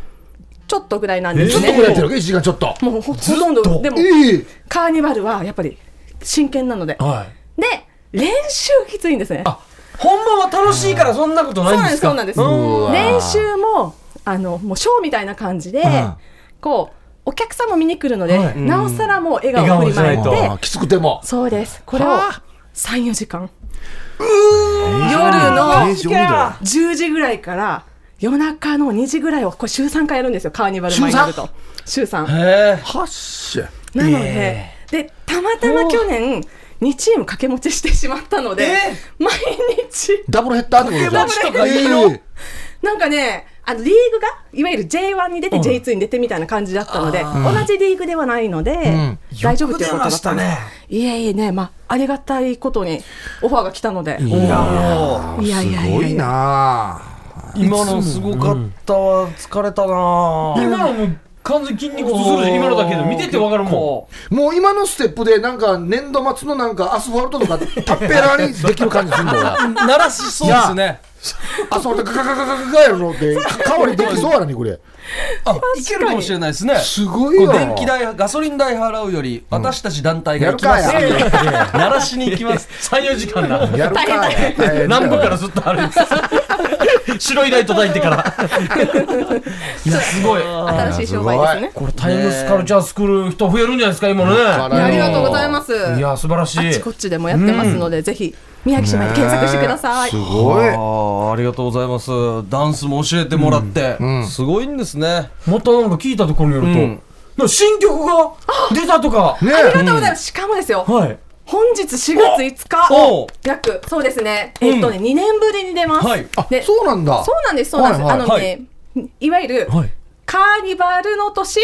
ちょっとぐらいなんでずすっとねこれやってるわけ1時間ちょっともうほほとんどでもいいカーニバルはやっぱり真剣なのではいで練習きついんですねあほんまは楽しいからそんなことないんですかそうなんですそううなんですんうわ練習もあのもうショーみたいな感じで、うんこうお客さんも見に来るので、はいなおさらもう笑顔を振りまい笑顔じゃないてあーきつくてもそうですこれをはあ34時間夜の10時ぐらいから夜中の2時ぐらいをこれ週3回やるんですよカーニバル前になると週 3? へえはっしゃなのででたまたま去年2チーム掛け持ちしてしまったので、毎日ダブルヘッダーってことダブルヘッダーえなんかねあのリーグがいわゆる J1 に出て J2 に出てみたいな感じだったので、同じリーグではないので、ん大丈夫ということだよく出まっしたたんでねいえいえね、まあ、ありがたいことにオファーが来たので、えいやーいやいやいすやごいな今のすごかったわ疲れたな今のもう完全に筋肉痛するし今のだけど見ててわかるももう今のステップでなんか年度末のなんかアスファルトとかタッペラにできる感じするんだ俺鳴らしそうですねアスファルトガガガガガガガやるのって香りできそうやのにこれあいけるかもしれないですねすごいこよう電気代ガソリン代払うより私たち団体が行きますやる 鳴らしに行き ますう34時 間だやるかや南部からずっとあるんです 白いライト焚いてからいやすごい新しい商売ですね。これタイムスカルチャースクール人増えるんじゃないですか今だからねありがとうございます。いや素晴らしあっいちこっちでもやってますので、ぜひ宮城姉妹で検索してください。すごいあーありがとうございますダンスも教えてもらって、すごいんですねまたなんか聞いたところによると、うんなんか新曲が出たとかねありがとうございます。しかもですよ、はい本日4月5日、おお約、そうですね、えっとね、2年ぶりに出ます。はいあでそそうなんだうなんです、そうなんです。はいはいあのね、いわゆる、はいカーニバルの年、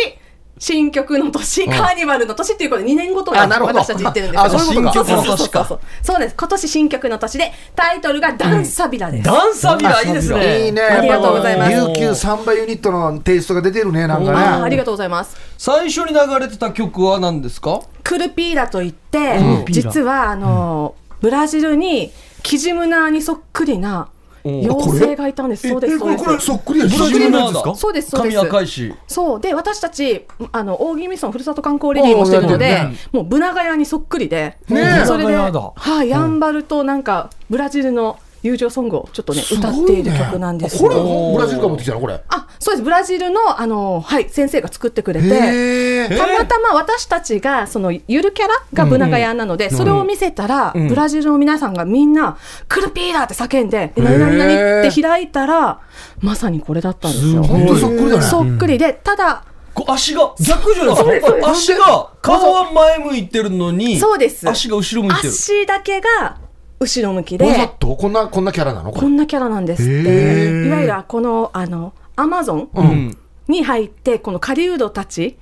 新曲の年、カーニバルの年っていうことで2年ごとにあなるほど私たち言ってるんですよあそういうことかそう新そう曲の年かそうそうそうそうです。今年新曲の年で、タイトルがダンサビラです。ダンサービラいいですねいいねありがとうございますやっぱ琉球サンバユニットのテイストが出てるねなんあーあかりねがとうございます。最初に流れてた曲は何ですかクルピーラといって、ピーラ実はあの、ブラジルにキジムナーにそっくりな妖精がいたんです。そうです、そうでこれす。そっくりやブラジルなんですかそうです、そうで髪す。赤いしそうで私たちあの大宜味村ふるさと観光レディーもしてるのおーでやってもうブナガヤにそっくりで、ねえそれブでナガヤだはいヤンバルとなんかブラジルの友情ソングをちょっとね歌っている曲なんですこれよ。ブラジルから持ってきたのこれあそうですブラジルのあのはい先生が作ってくれて。へえたまたま私たちがそのゆるキャラがブナガヤなので、それを見せたら、ブラジルの皆さんがみんな「クルピーだ!」って叫んで「何々何々って開いたらまさにこれだったんですよ。本当にそっくりだねそっくりでただこう足が逆じゃないですかこれ足が顔は前向いてるのにそうです足が後ろ向いてる足だけが後ろ向きでわざとこんなこんなキャラなのここれんなキャラなんですっへてーいわゆるこのあのアマゾンうんに入ってこの狩人たち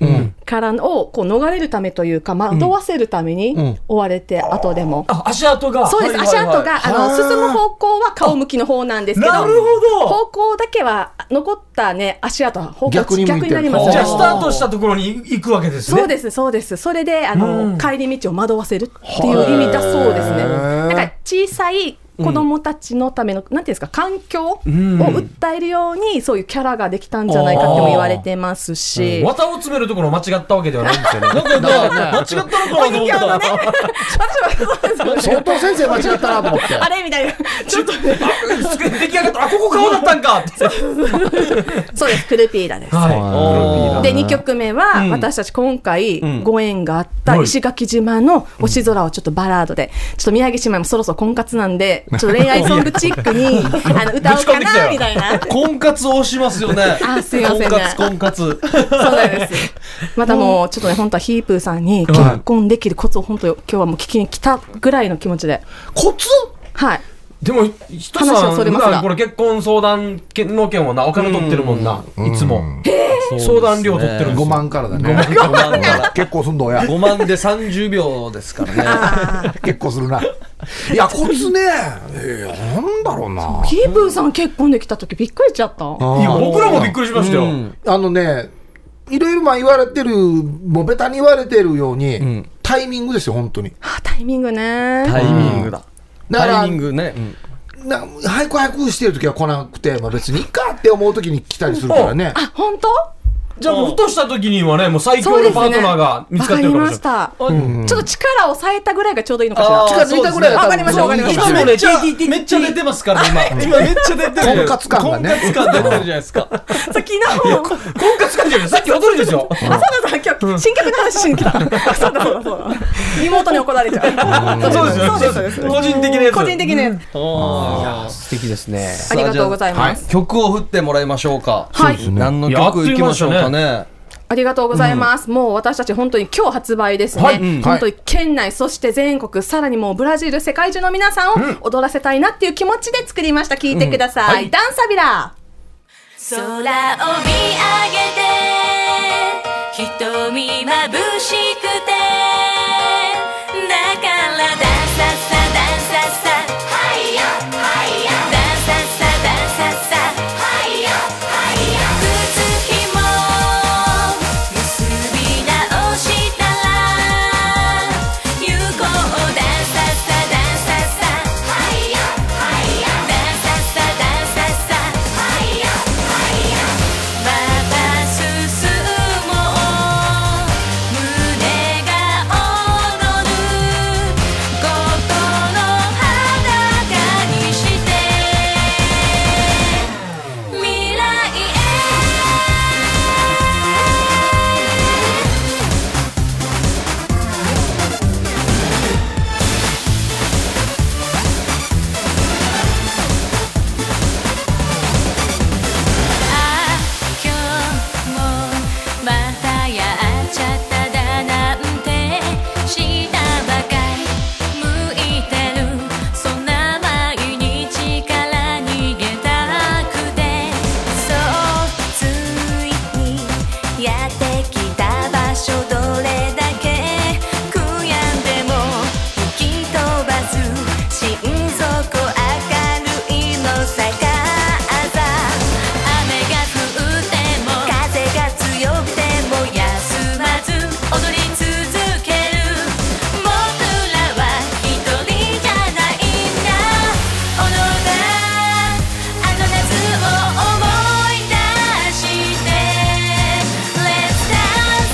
からのをこう逃れるためというか惑わせるために追われて後でも。あ足跡がそうです、はい足はいはい跡が、あの、進む方向は顔向きの方なんですけど、なるほど方向だけは、残ったね、足跡は方向逆に向いてる逆になりまはすよいじゃあスタートしたところに行くわけですねそうです、そうです。それで、あの、うん帰り道を惑わせるっていう意味だそうですね。へーなんか、小さい子供たちのための、なんていうんですか、環境を訴えるように、そういうキャラができたんじゃないかっても言われてますし。綿を詰めるところを間違ったわけではないんですよねなんか間違ったのかなと思ったら相当先生間違ったな と思ってあれみたいな。ちょっと、出来上がったあここ顔だったんかってそうです、クルピーダです。あーで、2曲目は、ん私たち今回んご縁があったはい石垣島の星空をちょっとバラードで、ちょっと宮城姉妹もそろそろ婚活なんで、ちょっと恋愛ソングチックにあの歌おうかなみたいな。婚活をしますよねあすいませんね婚活婚活そうなんです。またもうちょっとね本当はヒープーさんに結婚できるコツを本当今日はもう聞きに来たぐらいの気持ちで。コツはい。でも、ひと話さはん、それますが普段これ結婚相談権の件はな、お金取ってるもんな、いつも。相談料取ってるんです5よ万からだね5万から結構すんの や5万で30秒ですからね結構するないやコツねえーなんだろうなヒープーさん結婚できた時びっくりしちゃった。いや、僕らもびっくりしましたよ。あのね、いろいろまあ言われてる、もうベタに言われてるように、タイミングですよ、本当に。あタイミングね。タイミングだだかタらイミン、グねうんな俳句俳句してる時は来なくて、まあ、別にいいかって思う時に来たりするからね。あ本当？じゃあ、もうふとした時にはね、もう最そう強でのすパートね。ナーが見つかってるかもしれない。わかりました。ちょっと力を抑えたぐらいがちょうどいいのかしあら。ー近づいたぐらいは多分わかりましたわかりましたいいかもしれないもねめっちゃティティティティめっちゃ出てますからね今今めっちゃ出てる婚活感がね婚活感出てるじゃないですかそう昨日。婚活感じゃないさっき踊りですよ。あ、そうだそうだ、今日、新曲の話しに来た。 そうだそうだそうだ。妹に怒られちゃう。そうですよねそうですそうです。個人的なやつ個人的なやつ。あー素敵ですねありがとうございますさあじゃあ曲を振ってもらいましょうかはいすね何の曲いきましょうかねありがとうございます。もう私たち本当に今日発売ですね。はいうん本当に県内、そして全国、さらにもうブラジル、世界中の皆さんを踊らせたいなっていう気持ちで作りました。聞いてください。ダンサビラ空を見上げて瞳まぶしくてだからダンサッサダンサッサはいやはいやダンサッサダンサッサはいやはいや靴ひも結び直したら行こうダンサッサダンサッサはいやはいやダンサッサダンサッサはいや「また進もう」「胸が踊る」「心裸にして」「未来へ」「あ今日もまたやっちゃっただなんて」「下ばかり向いてる」「そんな毎日から逃げたくて」「そうついにやってきた場所どれだけ悔やんでも吹き飛ばす」「心底明るいのさか雨が降っても風が強くても休まず踊り続ける僕らは一人じゃないんだおのがあの夏を思い出して「Let's dance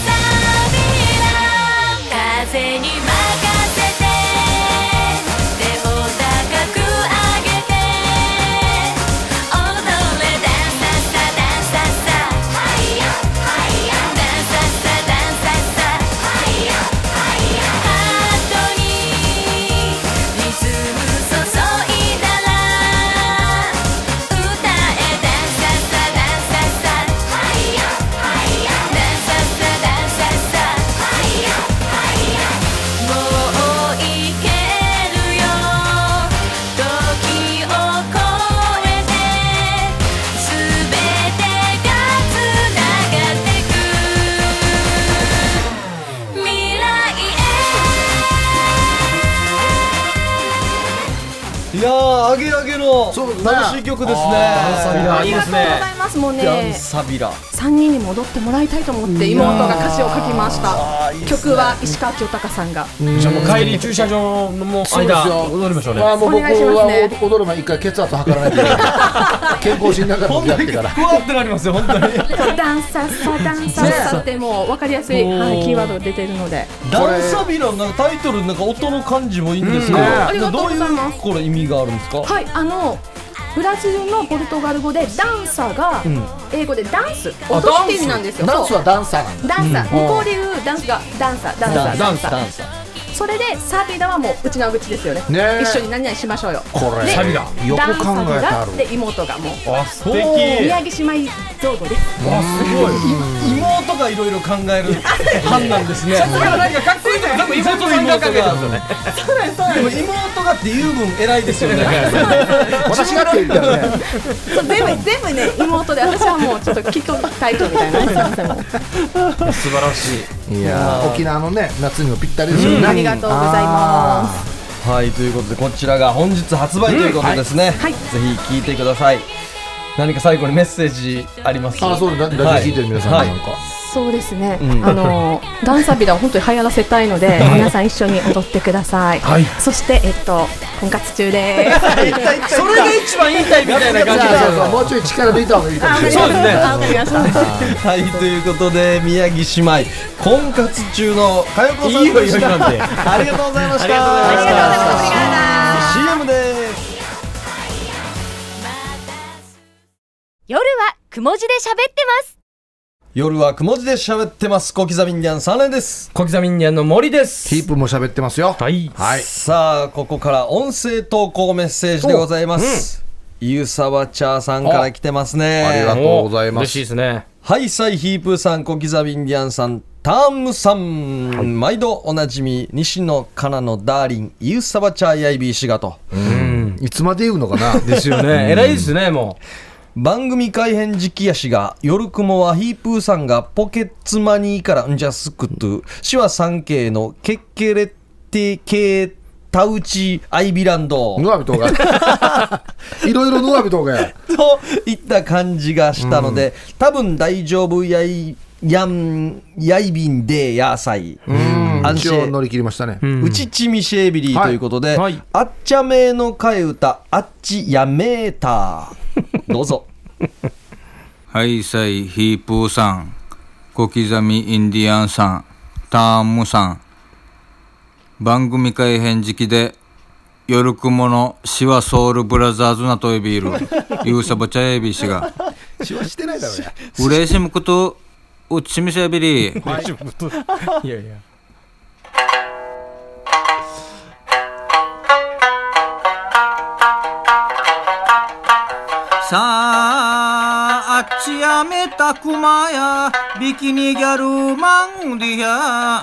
風に任せて」「手を高く上げて」「踊れダンサッサダンサッサ」「はいよはいよ」「ダンサッサダンサッサ」「はいよはいよ」「ハートにリズム注いだら」「歌えダンサッサダンサッサ」「はいよはいよ」「ダンサッサダンサッサ」「はいよはいよ」「もういけるよ」「時を越えて」「すべてがつながってく」「未来へ」いやーアゲアゲのそうね楽しい曲ですねああいりいがですとうござね。います。もうダンね、サビラ3人に戻ってもらいたいと思って妹が歌詞を書きました。曲は石川清隆さんが。じゃあもう帰り駐車場のもうそうです間よ踊りましょうね。まあもう僕お願いしますねは踊る前一回血圧測らないといけない健康診断から向き合ってからふわってなりますよ本当にダンサッサダンサッサってもう分かりやすい、はい、キーワードが出てるので。ダンサビラのタイトルなんか音の感じもいいんですけど、うんねなありがとうどごうざいいますうこれ意味があるんですか、はい、あのブラジルのポルトガル語でダンサーが英語でダンス、踊るっていう意味なんですよ。ダンスそうはダンサーなんだダンサー、向こうで言うダンスがダンサー、ダンサー、ダンサーダンサー。それでサビダはもううちの口ですよねねえ一緒に何々しましょうよこれでサビダよくダン考えてあサるビダで妹がもうあ素敵宮城姉妹造語ですあすごい妹がいろいろ考える班なんです ね。なんかかっこいいとか多分妹さんがかけてますよねでも妹がって言う分偉いですよね。 私がって言ったらねそう全部全部ね妹で私はもうちょっときっと隊長みたいなねすいません素晴らしいいやー沖縄のね夏にもぴったりですよね、ありがとうございますはいということでこちらが本日発売ということですね。はいぜひ聞いてください。何か最後にメッセージあります。あそうだラジオ聞いてる皆さんはいなんか、そうですね、んあ のダンサビダを本当に流行らせたいので皆さん一緒に踊ってください、はいそしてえっと婚活中ですそれが一番言いたいみたいなじ感じゃあそうもうちょい力抜いた方がいいかもしれないそうですねわかりましたはいということで宮城姉妹婚活中の佳代子さんでしたいいよいいよなんでありがとうございましたありがとうございましたありがとうございましたオ CM ブリガーです夜はくも字で喋ってます夜はくも字で喋ってます小刻みにゃん3連です小刻みにゃんの森ですキープも喋ってますよはいはいさあここから音声投稿メッセージでございます、ゆさわちゃーさんから来てますねあありがとうございます嬉しいですねはいサイヒープーさん小刻みインディアンさんタームさん、毎度おなじみ西野カナのダーリンユーサバチャーヤイビーシガとうんいつまで言うのかなですよね偉いですねも番組改編時期やしが夜雲はヒープーさんがポケツマニーからんじゃすくと手話三景のケッケレッテ系タウチアイビランド 野上とがいろいろ野上とがといった感じがしたので、多分大丈夫やいやんやいびんでやさい、安一応心乗り切りましたね、うちちみシェービリーということで、はいはいあっちゃめーの替え歌あっちやめーたどうぞはいサイヒープーさん小刻みインディアンさんターンムさん番組改編時期で夜雲のシワソウルブラザーズなとえビールユーサボチャエビ氏がしはしてないだろうや嬉しむことうちみせびりういやいやさああっちやめたくまやビキニギャルマンディや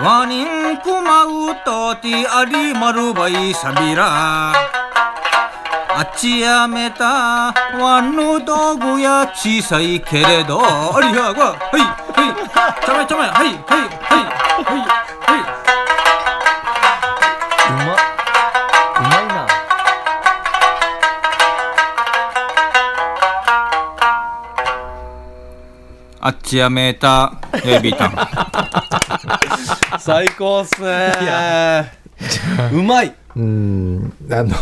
ワニンクマウトティアリマルバイサビラあっちやめたワンヌ道具や小さいけれどありゃがはいはいちゃめちゃめはいはいはいはいはいうまうまいなあっちやめたエビタン最高っすねうまいうんあの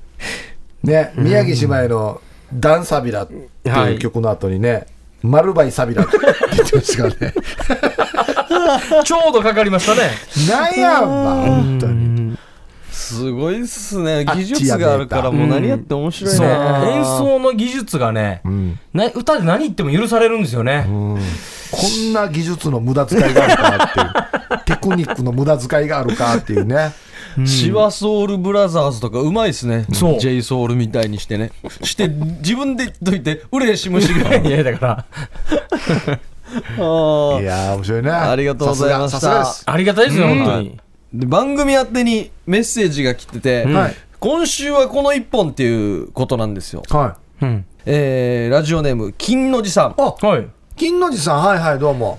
ね宮城姉妹の「ダンサビラ」っていう曲の後にね「マルバイサビラ」って言ってましたからねちょうどかかりましたねなんやんば本当にすごいっすねあっ技ちや術めーたがあるからもう何やっても面白いそねう演奏の技術がねな歌で何言っても許されるんですよねこんな技術の無駄遣いがあるかっていうテクニックの無駄遣いがあるかっていうねシワソウルブラザーズとかうまいですね。そう J ソウルみたいにしてね。して、自分で言っといて、うれしむし が。いやだからあーいやー面白いねありがとうございましたさすがさすがありがたいですよ本当にで番組宛てにメッセージが来てて、はい今週はこの一本っていうことなんですよ。ですはうんえー、ラジオネーム、金のじさん。はいい金の字さんはいはいどうも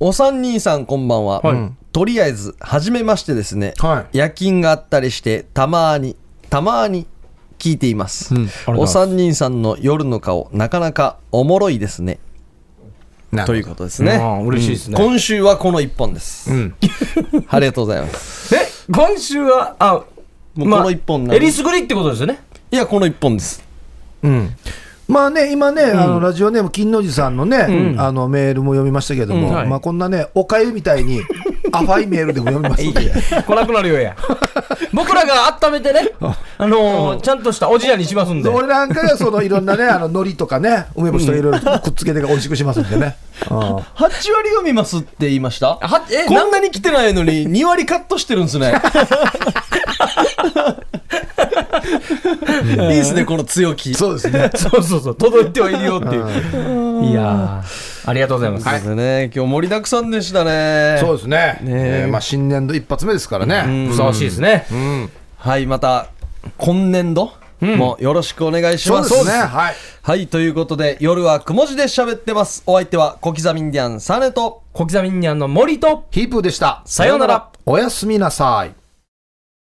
お三人さんこんばんは。はいとりあえず、はじめましてですね。はい夜勤があったりしてたまーにたまーに聞いています、りがとうごおざ三人さんの夜の顔なかなかおもろいですねなるほどということですねうん嬉しいですね今週はこの一本です、ありがとうございますえ今週はあもうこの一本なんまであえりすぐりってことですよねいやこの一本ですうんまあね、今ね、あのラジオネーム、金の字さんのね、あのメールも読みましたけども、うんはい まあ、こんなね、おかゆみたいに、アファイメールでも読みますんで。 来なくなるようや。 僕らが温めてね、あのー、ちゃんとしたおじやにしますんで。俺なんかがそのいろんなね、あの海苔とかね、梅干しとかいろいろくっつけて美味しくしますんで ね。うん8割が見ますって言いましたはえこんなに来てないのに2割カットしてるんですねいいですねこの強気そうですね。そうそうそう、届いてはいるよっていう。いやー、ありがとうございます。そうですね今日盛りだくさんでしたねそうですね。ねええーまあ新年度一発目ですからね。ふさわしいですね。はいまた今年度もよろしくお願いしそうま、ですすね。はい。はいということで夜はくも字で喋ってますお相手は小刻みインディアンサネと小刻みにあの森と、ヒープーでした。さようなら。おやすみなさい。